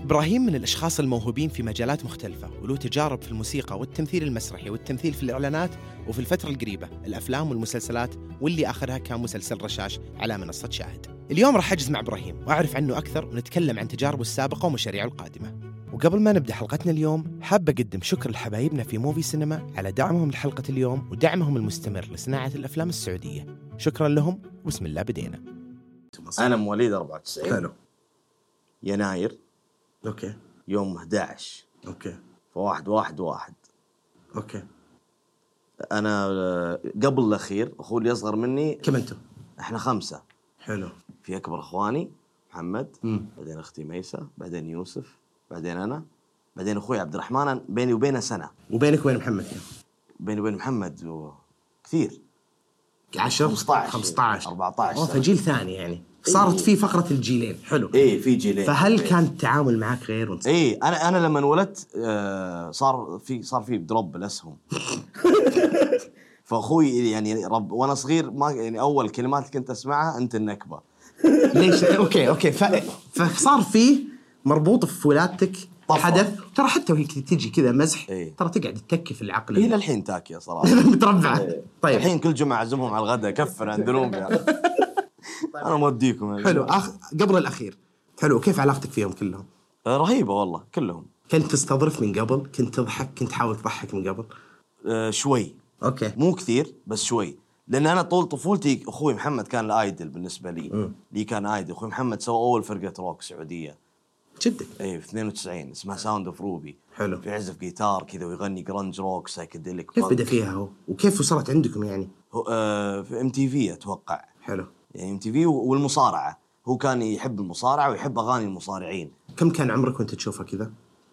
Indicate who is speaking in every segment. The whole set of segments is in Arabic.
Speaker 1: إبراهيم من الأشخاص الموهوبين في مجالات مختلفة وله تجارب في الموسيقى والتمثيل المسرحي والتمثيل في الإعلانات وفي الفترة القريبة الأفلام والمسلسلات واللي آخرها كان مسلسل رشاش على منصة شاهد اليوم راح أجلس مع إبراهيم وأعرف عنه أكثر ونتكلم عن تجاربه السابقة ومشاريعه القادمة وقبل ما نبدا حلقتنا اليوم حاب اقدم شكر لحبايبنا في موفي سينما على دعمهم لحلقه اليوم ودعمهم المستمر لصناعه الافلام السعوديه شكرا لهم وبسم الله بدينا
Speaker 2: انا مواليد 94
Speaker 3: حلو
Speaker 2: يناير
Speaker 3: اوكي
Speaker 2: يوم 11
Speaker 3: اوكي
Speaker 2: فواحد واحد واحد
Speaker 3: اوكي
Speaker 2: انا آه، قبل الاخير اخوي اللي اصغر مني
Speaker 3: كم انتم؟
Speaker 2: احنا خمسه
Speaker 3: حلو
Speaker 2: في اكبر اخواني محمد
Speaker 3: مم.
Speaker 2: بعدين اختي ميسه بعدين يوسف بعدين انا بعدين اخوي عبد الرحمن أنا بيني وبينه سنه
Speaker 3: وبينك وبين محمد كم؟
Speaker 2: بيني وبين محمد و... كثير
Speaker 3: 10
Speaker 2: 15
Speaker 3: 15
Speaker 2: 14
Speaker 3: اوه
Speaker 2: سنة.
Speaker 3: فجيل ثاني يعني صارت في فقره الجيلين حلو
Speaker 2: ايه في جيلين
Speaker 3: فهل كان التعامل معك غير وانت
Speaker 2: ايه انا انا لما انولدت آه صار في صار في دروب بالاسهم فاخوي يعني رب وانا صغير ما يعني اول كلمات كنت اسمعها انت النكبه
Speaker 3: ليش اوكي اوكي ف... فصار في مربوط في ولادتك
Speaker 2: طبعاً.
Speaker 3: حدث ترى حتى وهي كذا تجي كذا مزح
Speaker 2: إيه.
Speaker 3: ترى تقعد تتكي في العقل
Speaker 2: الى الحين تاكيه صراحه
Speaker 3: متربعه طيب
Speaker 2: إيه. الحين كل جمعه اعزمهم على الغداء كفر عن ذنوبي انا موديكم يا
Speaker 3: طيب. حلو
Speaker 2: جماعة.
Speaker 3: أخ... قبل الاخير حلو كيف علاقتك فيهم كلهم؟
Speaker 2: آه، رهيبه والله كلهم
Speaker 3: كنت تستظرف من قبل؟ كنت تضحك؟ كنت تحاول تضحك من قبل؟
Speaker 2: آه، شوي
Speaker 3: اوكي
Speaker 2: مو كثير بس شوي لان انا طول طفولتي اخوي محمد كان الايدل بالنسبه لي لي كان ايدل اخوي محمد سوى اول فرقه روك سعوديه
Speaker 3: جدك
Speaker 2: ايه في 92 اسمها ساوند اوف روبي
Speaker 3: حلو.
Speaker 2: يعزف جيتار كذا ويغني جرنج روك سايكيديليك
Speaker 3: كيف بدا فيها هو؟ وكيف وصلت عندكم يعني؟
Speaker 2: هو آه في ام تي في اتوقع
Speaker 3: حلو
Speaker 2: يعني ام تي في والمصارعه هو كان يحب المصارعه ويحب اغاني المصارعين
Speaker 3: كم كان عمرك وانت تشوفها كذا؟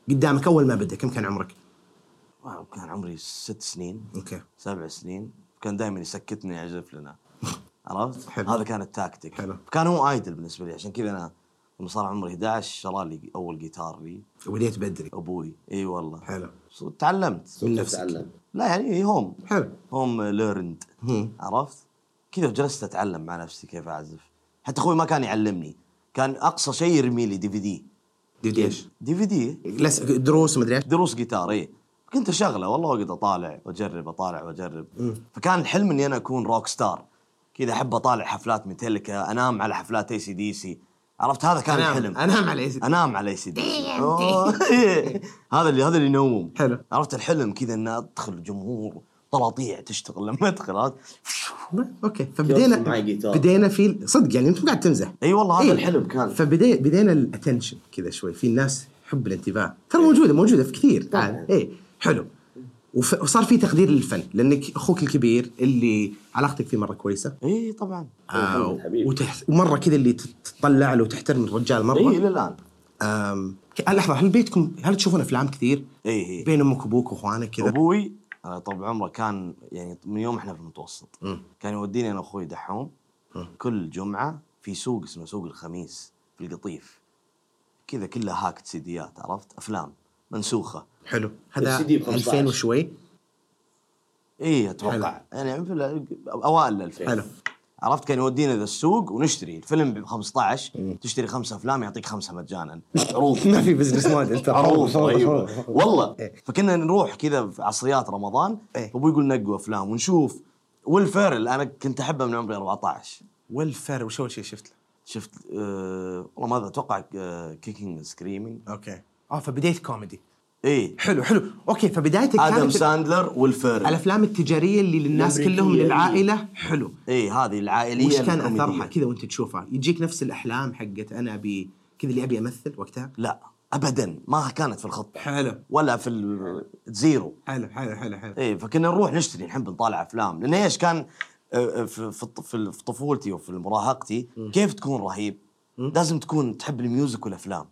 Speaker 3: قدامك اول ما بدا كم كان عمرك؟
Speaker 2: واو، كان عمري ست سنين
Speaker 3: اوكي
Speaker 2: سبع سنين كان دائما يسكتني يعزف لنا عرفت؟
Speaker 3: حلو.
Speaker 2: هذا كان التاكتيك
Speaker 3: حلو.
Speaker 2: كان هو ايدل بالنسبه لي عشان كذا انا لما صار عمري 11 شرى لي اول جيتار لي
Speaker 3: بديت بدري
Speaker 2: ابوي اي والله
Speaker 3: حلو
Speaker 2: صو- تعلمت
Speaker 3: من نفسك
Speaker 4: تعلم
Speaker 2: لا يعني هوم
Speaker 3: حلو
Speaker 2: هوم ليرند
Speaker 3: هم.
Speaker 2: عرفت؟ كذا جلست اتعلم مع نفسي كيف اعزف حتى اخوي ما كان يعلمني كان اقصى شيء يرمي لي دي في دي
Speaker 3: دي ايش؟
Speaker 2: دي في دي
Speaker 3: لس- دروس ومدري ايش
Speaker 2: دروس جيتار اي كنت شغله والله اقعد اطالع واجرب اطالع واجرب فكان الحلم اني انا اكون روك ستار كذا احب اطالع حفلات ميتاليكا انام على حفلات اي سي دي سي عرفت هذا كان
Speaker 3: أنام-
Speaker 2: الحلم
Speaker 3: أنام على AC/DC.
Speaker 2: انام على اي سي دي سي هذا اللي هذا اللي ينوم
Speaker 3: إيه، حلو.
Speaker 2: عرفت الحلم كذا ان ادخل جمهور طلاطيع تشتغل لما ادخل عرفت؟
Speaker 3: اوكي فبدينا
Speaker 4: معي جيتار.
Speaker 3: بدينا في صدق يعني انت مو قاعد تمزح
Speaker 2: اي والله هذا
Speaker 3: إيه.
Speaker 2: الحلم كان
Speaker 3: فبدي بدينا الاتنشن كذا شوي في الناس حب الانتباه ترى موجوده موجوده في كثير عاد اي حلو وف... وصار في تقدير للفن لانك اخوك الكبير اللي علاقتك فيه مره كويسه
Speaker 2: اي طبعا
Speaker 3: آه
Speaker 2: إيه،
Speaker 4: حبيبي.
Speaker 3: وتح... ومره كذا اللي تت- تتطلع له وتحترم الرجال
Speaker 2: اي
Speaker 3: مره
Speaker 2: الى الان
Speaker 3: آم... ك- لحظه هل بيتكم هل تشوفون افلام كثير؟
Speaker 2: اي اي
Speaker 3: بين امك وابوك واخوانك كذا
Speaker 2: ابوي آه، طب عمره كان يعني من يوم احنا في المتوسط كان يوديني انا واخوي دحوم كل جمعه في سوق اسمه سوق الخميس في القطيف كذا كلها هاكت سيديات عرفت افلام منسوخه
Speaker 3: حلو هذا
Speaker 4: السي دي ب 15.
Speaker 3: 2000 وشوي
Speaker 2: اي اتوقع يعني في ال- اوائل الالفين
Speaker 3: حلو.
Speaker 2: عرفت كان يودينا ذا السوق ونشتري الفيلم ب 15 تشتري خمسة افلام يعطيك خمسه مجانا عروض
Speaker 3: ما في بزنس موديل ترى.
Speaker 2: عروض رهيبة.
Speaker 3: عروض.
Speaker 2: والله
Speaker 3: إيه.
Speaker 2: فكنا نروح كذا في عصريات رمضان
Speaker 3: إيه.
Speaker 2: ابوي يقول نقوا افلام ونشوف ويل فيرل انا كنت احبه من عمري 14
Speaker 3: والفر وش اول شيء شفت له؟
Speaker 2: شفت أه والله ما أدري، آه، اتوقع كيكينج سكريمينج
Speaker 3: اوكي اه فبديت كوميدي
Speaker 2: اي
Speaker 3: حلو حلو اوكي فبدايتك
Speaker 2: ادم
Speaker 3: إيه، كانت
Speaker 2: ساندلر ويل فيرل
Speaker 3: الافلام التجاريه اللي للناس كلهم
Speaker 4: الأمريكية.
Speaker 3: للعائله حلو
Speaker 2: اي إيه، هذه العائليه
Speaker 3: وش كان
Speaker 2: الكوميدية.
Speaker 3: اثرها كذا وانت تشوفها يجيك نفس الاحلام حقت انا ابي كذا اللي ابي امثل وقتها
Speaker 2: لا ابدا ما كانت في الخطه
Speaker 3: حلو
Speaker 2: ولا في ال- زيرو
Speaker 3: حلو حلو حلو حلو
Speaker 2: ايه فكنا نروح نشتري نحب نطالع افلام لان ايش كان آه، آه، في في الط- في في طفولتي وفي مراهقتي كيف تكون رهيب؟ لازم تكون تحب الميوزك والافلام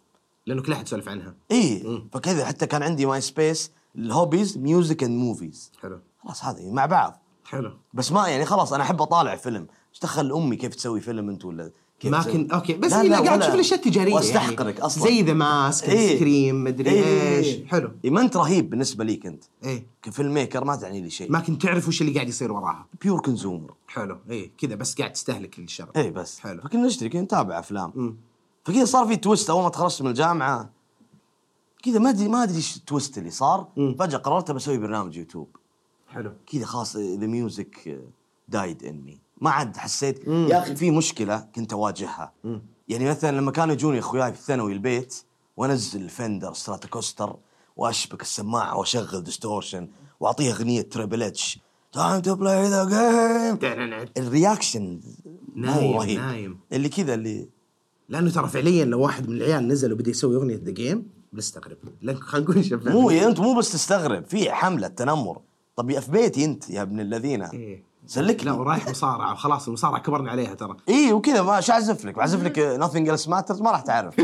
Speaker 3: لانه كل احد سولف عنها
Speaker 2: ايه فكذا حتى كان عندي ماي سبيس الهوبيز ميوزك اند موفيز
Speaker 3: حلو
Speaker 2: خلاص هذه مع بعض
Speaker 3: حلو
Speaker 2: بس ما يعني خلاص انا احب اطالع فيلم ايش دخل امي كيف تسوي فيلم انت ولا كيف
Speaker 3: ما
Speaker 2: تسوي-
Speaker 3: كنت اوكي بس
Speaker 2: لا،
Speaker 3: لا
Speaker 2: لا،
Speaker 3: قاعد
Speaker 2: ولا-
Speaker 3: تشوف الاشياء التجاريه
Speaker 2: واستحقرك
Speaker 3: يعني.
Speaker 2: اصلا
Speaker 3: زي ذا ماسك
Speaker 2: إيه.
Speaker 3: سكريم مدري
Speaker 2: إيه.
Speaker 3: ايش حلو
Speaker 2: إيه ما انت رهيب بالنسبه لي كنت
Speaker 3: ايه
Speaker 2: كفيلم ميكر ما تعني لي شيء
Speaker 3: ما كنت تعرف وش اللي قاعد يصير وراها
Speaker 2: بيور كونسيومر
Speaker 3: حلو ايه كذا بس قاعد تستهلك الشغل
Speaker 2: اي إيه بس
Speaker 3: حلو
Speaker 2: فكنا نشتري كنا نتابع افلام فكذا صار في تويست اول ما تخرجت من الجامعه كذا ما ادري ما ادري ايش التويست اللي صار فجاه قررت بسوي برنامج يوتيوب
Speaker 3: حلو
Speaker 2: كذا خلاص ذا ميوزك دايد ان مي ما عاد حسيت يا اخي في مشكله كنت اواجهها يعني مثلا لما كانوا يجوني اخوياي في الثانوي البيت وانزل الفندر ستراتوكوستر واشبك السماعه واشغل ديستورشن واعطيه اغنيه تريبل اتش تايم تو بلاي ذا جيم الرياكشن ما هو
Speaker 3: نايم-
Speaker 2: رهيب
Speaker 3: نايم.
Speaker 2: اللي كذا اللي
Speaker 3: لانه ترى فعليا لو واحد من العيال نزل وبدا يسوي اغنيه ذا جيم بنستغرب لان خلينا نقول شباب
Speaker 2: مو يعني انت مو بس تستغرب في حمله تنمر طب يا في بيتي انت يا ابن الذين
Speaker 3: إيه. لا
Speaker 2: سلكني
Speaker 3: ورايح مصارعه وخلاص المصارعه كبرنا عليها ترى
Speaker 2: اي وكذا ما ايش اعزف لك؟ بعزف لك nothing else matters ما راح تعرف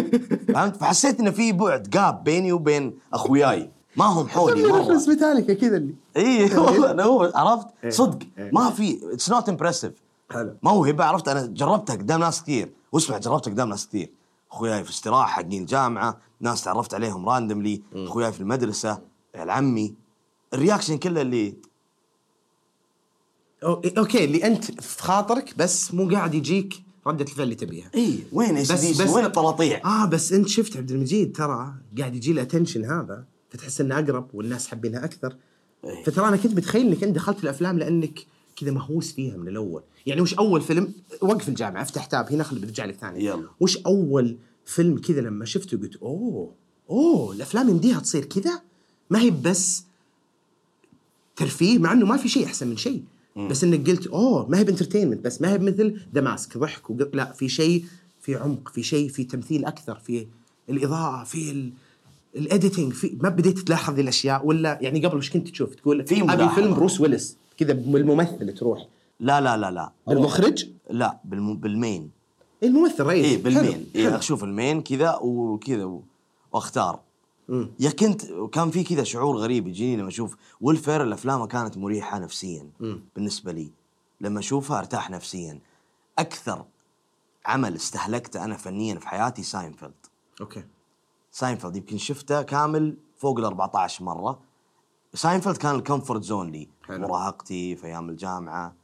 Speaker 2: فهمت؟ فحسيت انه في بعد جاب بيني وبين اخوياي ما هم حولي مره
Speaker 3: ميتاليكا كذا اللي
Speaker 2: اي والله أنا هو عرفت؟ صدق
Speaker 3: إيه.
Speaker 2: ما في اتس نوت امبرسيف
Speaker 3: حلو.
Speaker 2: موهبه عرفت انا جربتها قدام ناس كثير واسمع جربتها قدام ناس كثير اخوياي في استراحه حقين الجامعه ناس تعرفت عليهم راندملي اخوياي في المدرسه عيال عمي الرياكشن كله اللي
Speaker 3: أو- اوكي اللي انت في خاطرك بس مو قاعد يجيك رده الفعل اللي تبيها
Speaker 2: اي وين ايش
Speaker 3: بس- بس-
Speaker 2: وين الطلاطيع؟
Speaker 3: اه بس انت شفت عبد المجيد ترى قاعد يجي الاتنشن هذا فتحس انه اقرب والناس حابينها اكثر
Speaker 2: إيه.
Speaker 3: فترى انا كنت متخيل انك انت دخلت الافلام لانك كذا مهووس فيها من الاول يعني وش اول فيلم وقف الجامعه افتح تاب هنا خلي برجع لك ثاني
Speaker 2: يلا.
Speaker 3: وش اول فيلم كذا لما شفته قلت اوه اوه الافلام يمديها تصير كذا ما هي بس ترفيه مع انه ما في شيء احسن من شيء بس انك قلت اوه ما هي بانترتينمنت بس ما هي مثل دماسك ضحك وق... لا في شيء في عمق في شيء في تمثيل اكثر في الاضاءه في ال... الاديتنج في ما بديت تلاحظ ذي الاشياء ولا يعني قبل وش كنت تشوف تقول
Speaker 2: في
Speaker 3: ابي
Speaker 2: ملاحظة.
Speaker 3: فيلم بروس ويلس كذا بالممثل تروح
Speaker 2: لا لا لا لا
Speaker 3: بالمخرج
Speaker 2: لا بالم... بالمين
Speaker 3: إيه، الممثل رئيس
Speaker 2: ايه بالمين
Speaker 3: حلو،
Speaker 2: ايه
Speaker 3: حلو.
Speaker 2: اشوف المين كذا وكذا و- واختار يا كنت كان في كذا شعور غريب يجيني لما اشوف ويل فيرل افلامه كانت مريحه نفسيا بالنسبه لي لما اشوفها ارتاح نفسيا اكثر عمل استهلكته انا فنيا في حياتي ساينفيلد
Speaker 3: اوكي
Speaker 2: ساينفيلد يمكن شفته كامل فوق ال 14 مره ساينفيلد كان الكومفورت زون لي
Speaker 3: حلو.
Speaker 2: مراهقتي في ايام الجامعه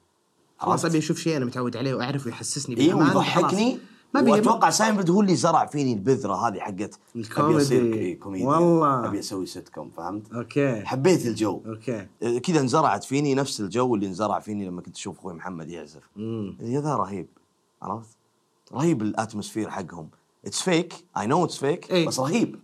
Speaker 3: خلاص ابي اشوف شيء انا متعود عليه واعرفه يحسسني
Speaker 2: اي
Speaker 3: بالأمان،
Speaker 2: إيه، ويضحكني
Speaker 3: يعني خلاص. ما بي
Speaker 2: واتوقع ساينفيلد هو اللي زرع فيني البذره هذه حقت
Speaker 3: الكوميدي.
Speaker 2: ابي اصير ك- كوميديا
Speaker 3: والله.
Speaker 2: ابي اسوي سيت كوم فهمت؟
Speaker 3: اوكي
Speaker 2: حبيت الجو
Speaker 3: اوكي
Speaker 2: آه، كذا انزرعت فيني نفس الجو اللي انزرع فيني لما كنت اشوف اخوي محمد يعزف إيه، يا ذا رهيب عرفت؟ رهيب الاتموسفير حقهم اتس فيك اي نو اتس فيك
Speaker 3: إيه.
Speaker 2: بس رهيب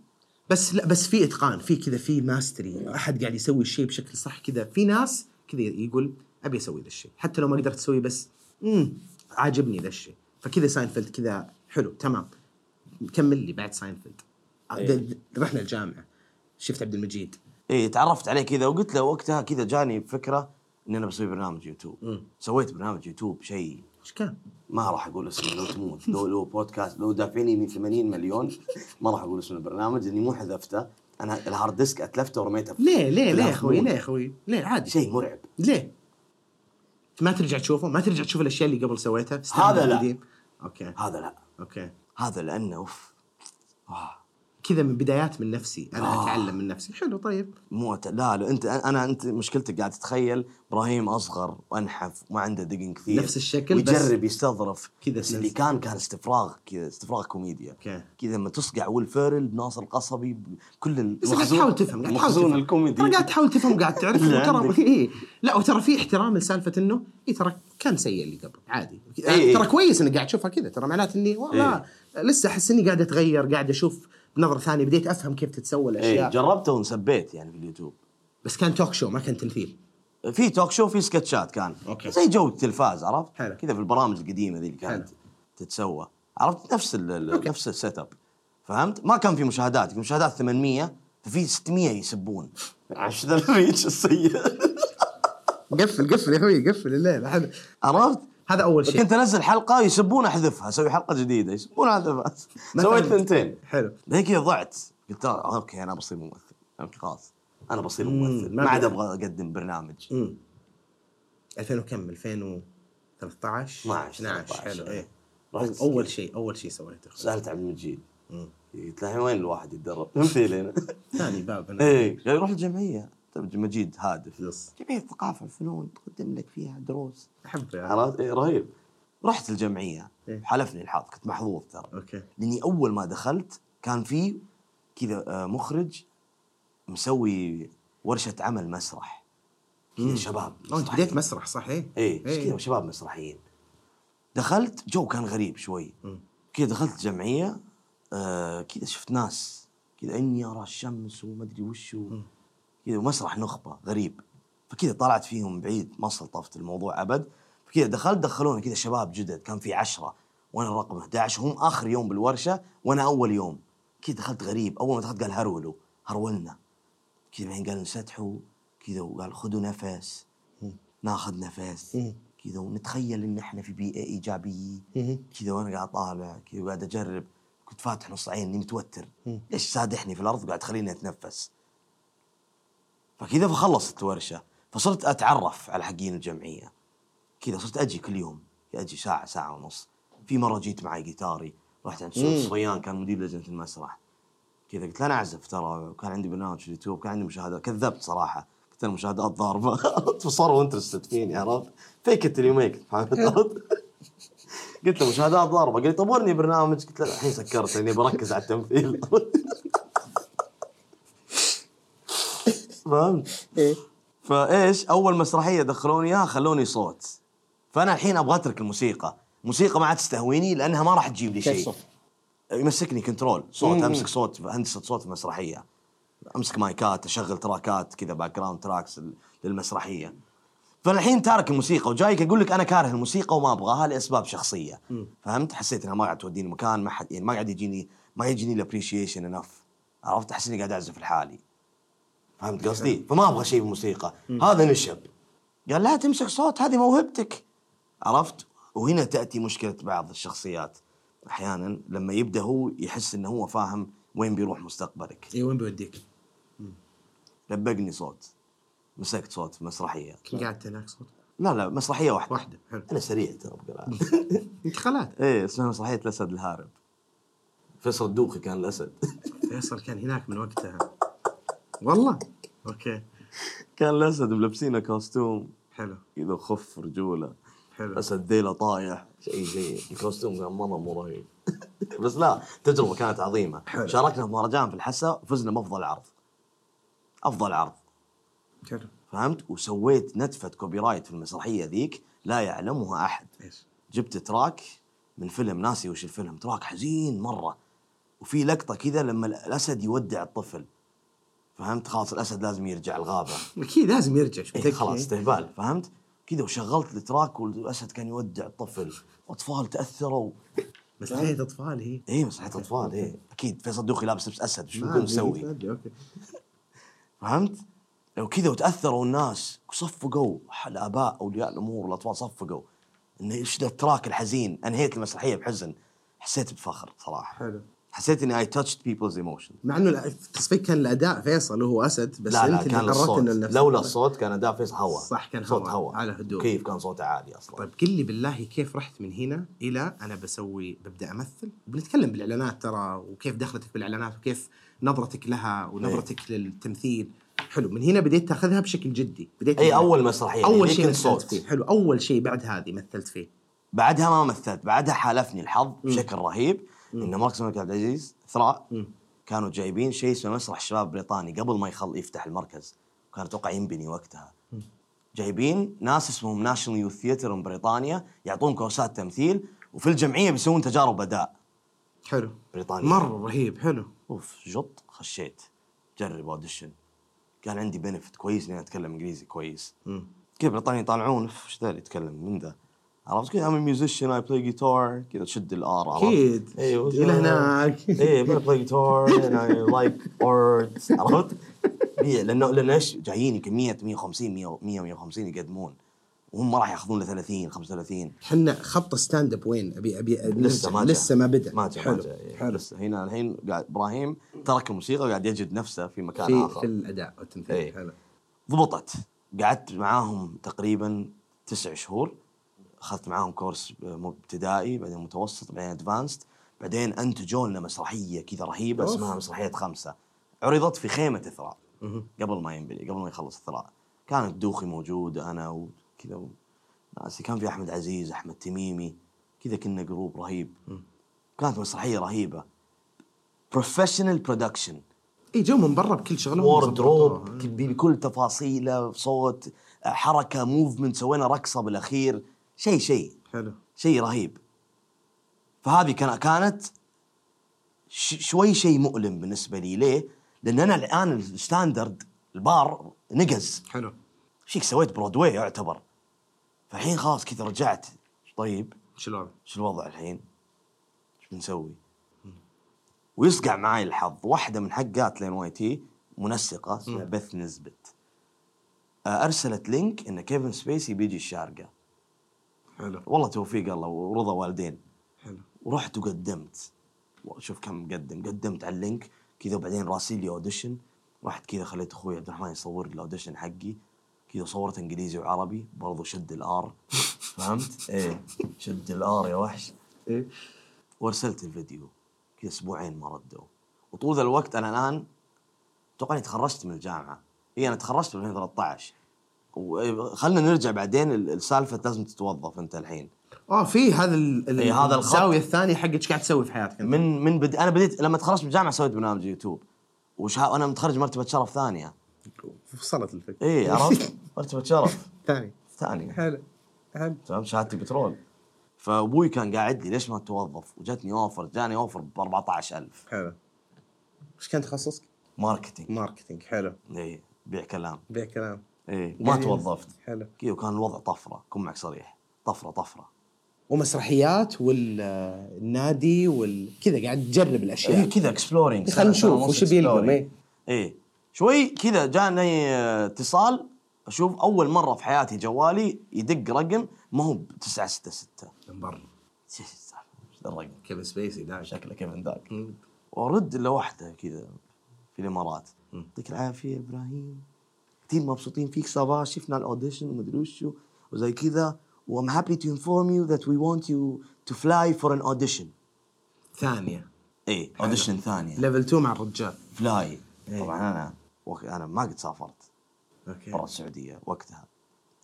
Speaker 3: بس لا بس في اتقان في كذا في ماستري احد قاعد يسوي الشيء بشكل صح كذا في ناس كذا يقول ابي اسوي ذا الشيء حتى لو ما قدرت اسويه بس امم عاجبني ذا الشيء فكذا ساينفيلد كذا حلو تمام كمل لي بعد ساينفيلد د- د- رحنا الجامعه شفت عبد المجيد
Speaker 2: اي إيه، تعرفت عليه كذا وقلت له وقتها كذا جاني فكره ان انا بسوي برنامج يوتيوب سويت برنامج يوتيوب شيء
Speaker 3: ايش كان؟
Speaker 2: ما راح اقول اسمه لو تموت لو لو بودكاست لو دافعني من 80 مليون ما راح اقول اسم البرنامج لاني مو حذفته انا الهارد ديسك اتلفته ورميته في-
Speaker 3: ليه
Speaker 2: في
Speaker 3: ليه ليه يا
Speaker 2: الأخمور.
Speaker 3: اخوي ليه يا اخوي ليه عادي
Speaker 2: شيء مرعب
Speaker 3: ليه؟ ما ترجع تشوفه ما ترجع تشوف الاشياء اللي قبل سويتها
Speaker 2: هذا لا.
Speaker 3: قديم؟ اوكي
Speaker 2: هذا لا
Speaker 3: اوكي
Speaker 2: هذا لانه اوف
Speaker 3: كذا من بدايات من نفسي انا اتعلم من نفسي حلو طيب
Speaker 2: مو أت- لا لا انت انا انت مشكلتك قاعد تتخيل ابراهيم اصغر وانحف ما عنده دقن كثير
Speaker 3: نفس الشكل بس-
Speaker 2: ويجرب يستظرف
Speaker 3: كذا
Speaker 2: بس اللي كان كان استفراغ كذا استفراغ كوميديا
Speaker 3: أوكي.
Speaker 2: كذا لما تصقع ويل فيرل بناصر القصبي بكل
Speaker 3: بس قاعد
Speaker 2: المخزون-
Speaker 3: تحاول تفهم قاعد تحاول
Speaker 2: المخزون
Speaker 3: تفهم.
Speaker 2: الكوميدي
Speaker 3: ترى قاعد تحاول تفهم قاعد تعرف
Speaker 2: اللي
Speaker 3: ترى
Speaker 2: عندك.
Speaker 3: إيه. لا وترى في احترام لسالفه انه اي ترى كان سيء اللي قبل عادي
Speaker 2: إيه.
Speaker 3: ترى كويس اني قاعد اشوفها كذا ترى معناته اني والله لسه احس اني قاعد اتغير قاعد اشوف بنظره ثانيه بديت افهم كيف تتسوى
Speaker 2: ايه
Speaker 3: الاشياء
Speaker 2: جربته ونسبيت يعني في اليوتيوب
Speaker 3: بس كان توك شو ما كان تمثيل
Speaker 2: في توك شو في سكتشات كان
Speaker 3: أوكي.
Speaker 2: زي جو التلفاز عرفت
Speaker 3: حلو.
Speaker 2: كذا في البرامج القديمه ذي اللي كانت
Speaker 3: حلو.
Speaker 2: تتسوى عرفت نفس ال- ال- نفس السيت اب فهمت ما كان في مشاهدات في مشاهدات 800 ففي 600 يسبون عشان الريتش السيء
Speaker 3: قفل قفل يا اخوي قفل الليل هذا
Speaker 2: عرفت
Speaker 3: هذا اول شيء
Speaker 2: كنت انزل حلقه يسبون احذفها اسوي حلقه جديده يسبون احذفها سويت
Speaker 3: فهمت.
Speaker 2: ثنتين
Speaker 3: حلو.
Speaker 2: بعدين كذا ضعت قلت آه، اوكي انا بصير ممثل اوكي خلاص انا بصير ممثل
Speaker 3: ما
Speaker 2: ما عاد
Speaker 3: بيدخل.
Speaker 2: ابغى اقدم برنامج
Speaker 3: 2000 وكم 2013
Speaker 2: 12
Speaker 3: 12 حلو
Speaker 2: 13.
Speaker 3: ايه
Speaker 2: رحت
Speaker 3: اول شيء اول شيء سويته
Speaker 2: سالت عبد المجيد قلت له الحين وين الواحد يتدرب؟ فهمتي لنا؟
Speaker 3: ثاني باب انا
Speaker 2: ايه قال روح الجمعيه طيب عبد المجيد هادف
Speaker 3: يس.
Speaker 2: جمعيه الثقافه والفنون تقدم لك فيها دروس
Speaker 3: احبه يعني.
Speaker 2: عرفت؟ إيه رهيب رحت الجمعيه
Speaker 3: إيه.
Speaker 2: حلفني الحظ كنت محظوظ ترى
Speaker 3: اوكي
Speaker 2: لاني اول ما دخلت كان في كذا آه، مخرج مسوي ورشه عمل مسرح كذا شباب
Speaker 3: اه انت بديت مسرح صح ايه؟
Speaker 2: ايه بس كذا شباب مسرحيين دخلت جو كان غريب شوي كذا دخلت جمعيه آه كذا شفت ناس كذا اني ارى الشمس وما ادري وش و- كذا ومسرح نخبه غريب فكذا طلعت فيهم بعيد ما سلطفت الموضوع ابد فكذا دخلت دخلوني كذا شباب جدد كان في عشرة وانا الرقم 11 هم اخر يوم بالورشه وانا اول يوم كذا دخلت غريب اول ما دخلت قال هرولوا هرولنا كذا بعدين يعني قال انسدحوا كذا وقال خذوا نفس ناخذ نفس كذا ونتخيل ان احنا في بيئه ايجابيه كذا وانا قاعد طالع كذا وقاعد اجرب كنت فاتح نص عيني متوتر ليش سادحني في الارض وقاعد تخليني اتنفس فكذا فخلصت الورشه فصرت اتعرف على حقين الجمعيه كذا صرت اجي كل يوم اجي ساعه ساعه ونص في مره جيت معي جيتاري رحت عند سعود الصفيان كان مدير لجنه المسرح كذا قلت له انا اعزف ترى وكان عندي برنامج في اليوتيوب كان عندي مشاهدات كذبت صراحه قلت انا مشاهدات ضاربه فصاروا انترستد فيني عرفت فيك ات ميك قلت له مشاهدات ضاربه قال لي طورني برنامج قلت له الحين سكرت لاني بركز على التمثيل فهمت؟
Speaker 3: إيه.
Speaker 2: فايش اول مسرحيه دخلوني اياها خلوني صوت فانا الحين ابغى اترك الموسيقى الموسيقى ما عاد تستهويني لانها ما راح تجيب لي شيء
Speaker 4: صوت؟
Speaker 2: يمسكني كنترول صوت امسك صوت هندسه صوت في المسرحيه امسك مايكات اشغل تراكات كذا باك جراوند تراكس للمسرحيه فالحين تارك الموسيقى وجايك اقول لك انا كاره الموسيقى وما ابغاها لاسباب شخصيه فهمت حسيت انها ما قاعد توديني مكان ما حد يعني ما قاعد يجيني ما يجيني الابريشيشن انف عرفت احس اني قاعد اعزف لحالي فهمت قصدي؟ فما ابغى شيء بالموسيقى هذا نشب قال لا تمسك صوت هذه موهبتك عرفت؟ وهنا تاتي مشكله بعض الشخصيات احيانا لما يبدا هو يحس انه هو فاهم وين بيروح مستقبلك
Speaker 3: اي إيه، وين بيوديك؟
Speaker 2: لبقني صوت مسكت صوت في مسرحيه
Speaker 3: كم قعدت هناك صوت؟
Speaker 2: لا لا مسرحيه واحده
Speaker 3: واحدة، حلو.
Speaker 2: انا سريع ترى بقى.
Speaker 3: انتقالات
Speaker 2: ايه اسمها مسرحيه الاسد الهارب فيصل الدوخي كان الاسد
Speaker 3: فيصل كان هناك من وقتها والله اوكي
Speaker 2: كان الاسد ملبسينه كوستوم
Speaker 3: حلو
Speaker 2: كذا خف رجوله
Speaker 3: حلو.
Speaker 2: اسد ذيله طايح شيء زي الكوستوم كان مره مو رهيب بس لا تجربه كانت عظيمه
Speaker 3: حلو.
Speaker 2: شاركنا في مهرجان في الحسا وفزنا بافضل عرض افضل عرض
Speaker 3: حلو
Speaker 2: فهمت وسويت نتفه كوبي رايت في المسرحيه ذيك لا يعلمها احد
Speaker 3: ايش؟
Speaker 2: جبت تراك من فيلم ناسي وش الفيلم تراك حزين مره وفي لقطه كذا لما الاسد يودع الطفل فهمت خلاص الاسد لازم يرجع الغابه
Speaker 3: اكيد لازم يرجع شو
Speaker 2: إيه
Speaker 3: بتكفي؟
Speaker 2: خلاص استهبال فهمت؟ كذا وشغلت التراك والاسد كان يودع الطفل اطفال تاثروا
Speaker 3: بس ليه اطفال هي
Speaker 2: ايه مسرحيه اطفال ايه اكيد فيصل دوخي لابس لبس اسد شو
Speaker 3: ما
Speaker 2: بنكون
Speaker 3: أدري، ما
Speaker 2: نسوي
Speaker 3: أدري، اوكي
Speaker 2: فهمت؟ وكذا وتاثروا الناس وصفقوا ح- الاباء اولياء الامور والاطفال صفقوا انه ايش ذا التراك الحزين انهيت المسرحيه بحزن حسيت بفخر صراحه
Speaker 3: حلو.
Speaker 2: حسيت اني اي تاتشد بيبلز ايموشن
Speaker 3: مع انه الع- التصفيق كان الاداء فيصل وهو اسد بس
Speaker 2: لا لا
Speaker 3: انت
Speaker 2: كان
Speaker 3: اللي قررت
Speaker 2: الصوت
Speaker 3: انه نفس-
Speaker 2: لولا الصوت كان اداء فيصل هواء
Speaker 3: صح، كان
Speaker 2: صوت
Speaker 3: هواء،
Speaker 2: هواء
Speaker 3: على هدوء.
Speaker 2: كيف كان صوته عالي اصلا
Speaker 3: طيب قل لي بالله كيف رحت من هنا الى انا بسوي ببدا امثل بنتكلم بالاعلانات ترى وكيف دخلتك بالاعلانات وكيف نظرتك لها ونظرتك
Speaker 2: إيه.
Speaker 3: للتمثيل حلو من هنا بديت تاخذها بشكل جدي بديت
Speaker 2: اي
Speaker 3: من-
Speaker 2: اول مسرحيه
Speaker 3: اول
Speaker 2: يعني
Speaker 3: شيء
Speaker 2: كنت
Speaker 3: مثلت
Speaker 2: صوت
Speaker 3: فيه حلو اول شيء بعد هذه مثلت فيه
Speaker 2: بعدها ما مثلت بعدها حالفني الحظ بشكل رهيب ان مركز الملك عبد العزيز ثراء كانوا جايبين شيء اسمه مسرح الشباب البريطاني قبل ما يخل يفتح المركز كان اتوقع ينبني وقتها جايبين ناس اسمهم ناشونال يوث ثيتر من بريطانيا يعطون كورسات تمثيل وفي الجمعيه بيسوون تجارب اداء
Speaker 3: حلو
Speaker 2: بريطانيا
Speaker 3: مره رهيب حلو
Speaker 2: اوف جط خشيت جرب اوديشن كان عندي بنفت كويس اني اتكلم انجليزي كويس كذا بريطانيا يطالعون "أوف، ايش ذا اللي يتكلم من ذا عرفت كذا ام ميوزيشن اي بلاي جيتار كذا تشد إيه، الار
Speaker 3: أكيد. إلى هناك.
Speaker 2: اي بلاي جيتار اي لايك ارت عرفت إيه، هي لانه لانه ايش جايين كميه 150 100 100 150 يقدمون وهم ما راح ياخذون له 30 35
Speaker 3: احنا خط ستاند اب وين ابي ابي أبي
Speaker 2: لسه
Speaker 3: نرجع.
Speaker 2: ما جاء.
Speaker 3: لسه ما بدا
Speaker 2: ما جاء
Speaker 3: حلو
Speaker 2: ما جاء إيه.
Speaker 3: حلو
Speaker 2: حلو لسه هنا الحين قاعد ابراهيم ترك الموسيقى وقاعد يجد نفسه في مكان
Speaker 3: في
Speaker 2: اخر
Speaker 3: في الاداء والتمثيل
Speaker 2: إيه.
Speaker 3: حلو
Speaker 2: ضبطت قعدت معاهم تقريبا تسع شهور اخذت معاهم كورس ابتدائي بعدين متوسط بعدين ادفانسد بعدين انتجوا لنا مسرحيه كذا رهيبه
Speaker 3: أوف.
Speaker 2: اسمها مسرحيه خمسه عرضت في خيمه الثراء قبل ما ينبني قبل ما يخلص الثراء كانت دوخي موجود انا وكذا ناسي كان في احمد عزيز احمد تميمي كذا كنا جروب رهيب كانت مسرحيه رهيبه بروفيشنال برودكشن
Speaker 3: اي إيه، جو من برا بكل شغله
Speaker 2: ووردروب بكل تفاصيله صوت حركه موفمنت سوينا رقصه بالاخير شيء شيء
Speaker 3: حلو
Speaker 2: شيء رهيب فهذه كان كانت ش- شوي شيء مؤلم بالنسبه لي ليه؟ لان انا الان الستاندرد البار نقز
Speaker 3: حلو
Speaker 2: شيك سويت برودواي يعتبر فالحين خلاص كذا رجعت طيب
Speaker 3: شو الوضع؟
Speaker 2: شو الوضع الحين؟ شو بنسوي؟ ويصقع معاي الحظ واحده من حقات لين واي تي منسقه اسمها بث نزبت آه، ارسلت لينك ان كيفن سبيسي بيجي الشارقه
Speaker 3: حلو
Speaker 2: والله توفيق الله ورضا والدين
Speaker 3: حلو
Speaker 2: ورحت وقدمت شوف كم مقدم قدمت على اللينك كذا وبعدين راسل لي اوديشن رحت كذا خليت اخوي عبد الرحمن يصور لي الاوديشن حقي كذا صورت انجليزي وعربي برضو شد الار فهمت؟ ايه شد الار يا وحش
Speaker 3: ايه
Speaker 2: وارسلت الفيديو كذا اسبوعين ما ردوا وطول ذا الوقت انا الان اتوقع اني تخرجت من الجامعه اي انا تخرجت في 2013 وخلنا إيه، نرجع بعدين السالفه لازم تتوظف انت الحين
Speaker 3: اه في هذا ال ال-
Speaker 2: إيه، هذا الخط.
Speaker 3: الزاويه الثانيه حقت ايش قاعد تسوي في حياتك انت؟
Speaker 2: من من بد... انا بديت لما تخرجت من الجامعه سويت برنامج يوتيوب وش انا متخرج مرتبه شرف ثانيه
Speaker 3: وصلت الفكره
Speaker 2: اي إيه، عرفت مرتبه شرف
Speaker 3: ثاني
Speaker 2: ثانيه
Speaker 3: حلو حلو
Speaker 2: تمام شهادتي بترول فابوي كان قاعد لي ليش ما توظف وجتني اوفر جاني اوفر ب 14000
Speaker 3: حلو ايش كان تخصصك؟
Speaker 2: ماركتينج
Speaker 3: ماركتينج حلو
Speaker 2: اي إيه، بيع كلام
Speaker 3: بيع كلام
Speaker 2: اي ما توظفت
Speaker 3: حلو
Speaker 2: كي وكان الوضع طفره كن معك صريح طفره طفره
Speaker 3: ومسرحيات والنادي والكذا قاعد تجرب
Speaker 2: اي
Speaker 3: الاشياء
Speaker 2: كذا اكسبلورينج
Speaker 3: يعني خلينا نشوف وش بيلقم ايه
Speaker 2: ايه شوي كذا جاني آه، اتصال اشوف اول مره في حياتي جوالي يدق رقم ما هو ب 966
Speaker 3: من برا
Speaker 2: إيش السالفة؟ إيش الرقم
Speaker 3: كيفن سبيسي داعش
Speaker 2: شكله كيفن ذاك وارد لوحده كذا في الامارات يعطيك العافيه ابراهيم كثير مبسوطين فيك صباح شفنا الاوديشن ومدري وشو وزي كذا وام هابي تو انفورم يو ذات وي ونت يو تو فلاي فور ان اوديشن
Speaker 3: ثانيه
Speaker 2: ايه اوديشن ثانيه
Speaker 3: ليفل 2 مع الرجال
Speaker 2: فلاي طبعا انا وك... انا ما قد سافرت
Speaker 3: اوكي
Speaker 2: برا السعوديه وقتها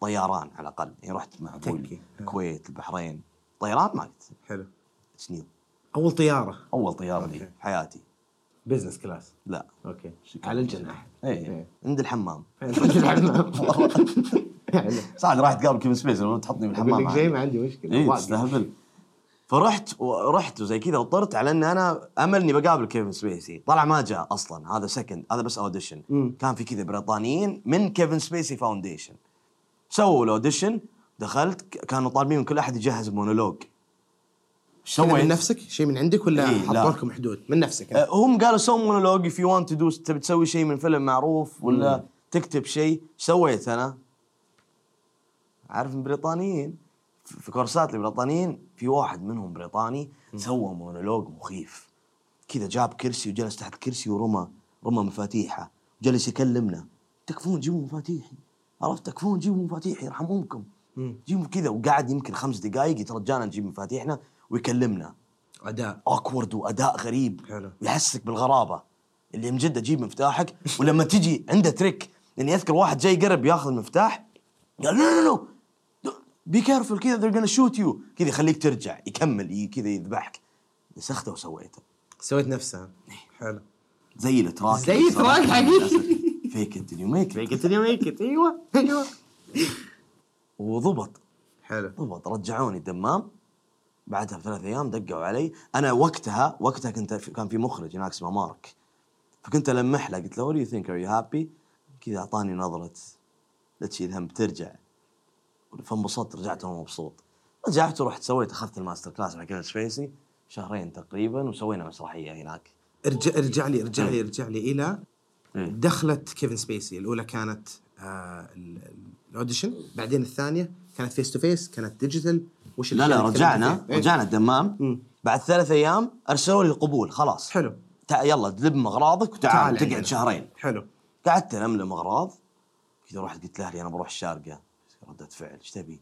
Speaker 2: طيران على الاقل يعني رحت مع ابوي
Speaker 3: تكي.
Speaker 2: الكويت البحرين طيران ما قد
Speaker 3: حلو
Speaker 2: اتس نيو
Speaker 3: اول طياره
Speaker 2: اول طياره لي في حياتي
Speaker 3: بزنس كلاس
Speaker 2: لا
Speaker 3: اوكي على الجناح
Speaker 2: ايه عند الحمام
Speaker 3: حلو.
Speaker 2: سعد راح تقابل كيفن سبيس لو تحطني
Speaker 3: اقول
Speaker 2: بالحمام
Speaker 3: لك زي ما عندي مشكله
Speaker 2: ايه
Speaker 3: واقف.
Speaker 2: تستهبل فرحت ورحت وزي كذا وطرت على ان انا امل اني بقابل كيفن سبيسي طلع ما جاء اصلا هذا سكند هذا بس اوديشن كان في كذا بريطانيين من كيفن سبيسي فاونديشن سووا الاوديشن دخلت ك- كانوا طالبين من كل احد يجهز مونولوج
Speaker 3: كذا
Speaker 2: سويت
Speaker 3: من نفسك شيء من عندك
Speaker 2: إيه،
Speaker 3: ولا
Speaker 2: لا.
Speaker 3: حطوا لكم حدود من نفسك
Speaker 2: أه، هم قالوا سووا مونولوج اف يو ونت تو دو تبي تسوي شيء من فيلم معروف ولا تكتب شيء سويت انا عارف البريطانيين في في كورسات البريطانيين في واحد منهم بريطاني سوى مونولوج مخيف كذا جاب كرسي وجلس تحت كرسي ورمى رمى مفاتيحه وجلس يكلمنا تكفون جيبوا مفاتيحي عرفت تكفون جيبوا مفاتيحي يرحم امكم جيبوا كذا وقعد يمكن خمس دقائق يترجانا نجيب مفاتيحنا ويكلمنا
Speaker 3: اداء
Speaker 2: اوكورد واداء غريب
Speaker 3: حلو.
Speaker 2: ويحسسك بالغرابه اللي من جده جيب مفتاحك ولما تجي عنده تريك لاني اذكر واحد جاي يقرب ياخذ المفتاح قال لا لا لا بي كيرفل كذا ذير جونا شوت يو كذا يخليك ترجع يكمل ي- كذا يذبحك نسخته وسويته
Speaker 3: سويت نفسها حلو
Speaker 2: زي الاتراك
Speaker 3: زي الاتراك حقيقي.
Speaker 2: فيك انت يو ميك
Speaker 3: فيك يو ميك ات ايوه ايوه
Speaker 2: وضبط
Speaker 3: حلو
Speaker 2: بالضبط رجعوني الدمام بعدها بثلاث ايام دقوا علي انا وقتها وقتها كنت كان في مخرج هناك اسمه مارك فكنت المح له قلت له وات يو ثينك ار يو هابي كذا اعطاني نظره لا تشيل هم بترجع فانبسطت رجعت وانا مبسوط رجعت ورحت سويت اخذت الماستر كلاس مع كيفن سبيسي شهرين تقريبا وسوينا مسرحيه هناك
Speaker 3: ارجع ارجع لي ارجع لي ارجع لي الى
Speaker 2: إيه.
Speaker 3: دخلت كيفن سبيسي الاولى كانت آه، ال- ال- الاوديشن بعدين الثانيه كانت فيس تو فيس كانت ديجيتال وش
Speaker 2: لا
Speaker 3: الأشياء
Speaker 2: لا
Speaker 3: اللي تكلمت
Speaker 2: رجعنا
Speaker 3: فيها؟ إيه.
Speaker 2: رجعنا الدمام
Speaker 3: مم.
Speaker 2: بعد ثلاث ايام ارسلوا لي القبول خلاص
Speaker 3: حلو.
Speaker 2: تع يلا لم اغراضك
Speaker 3: إيه. تعال
Speaker 2: وتعال
Speaker 3: عندنا.
Speaker 2: تقعد شهرين
Speaker 3: حلو
Speaker 2: قعدت املم اغراض كذا رحت قلت لاهلي انا بروح الشارقه ردة فعل ايش تبي؟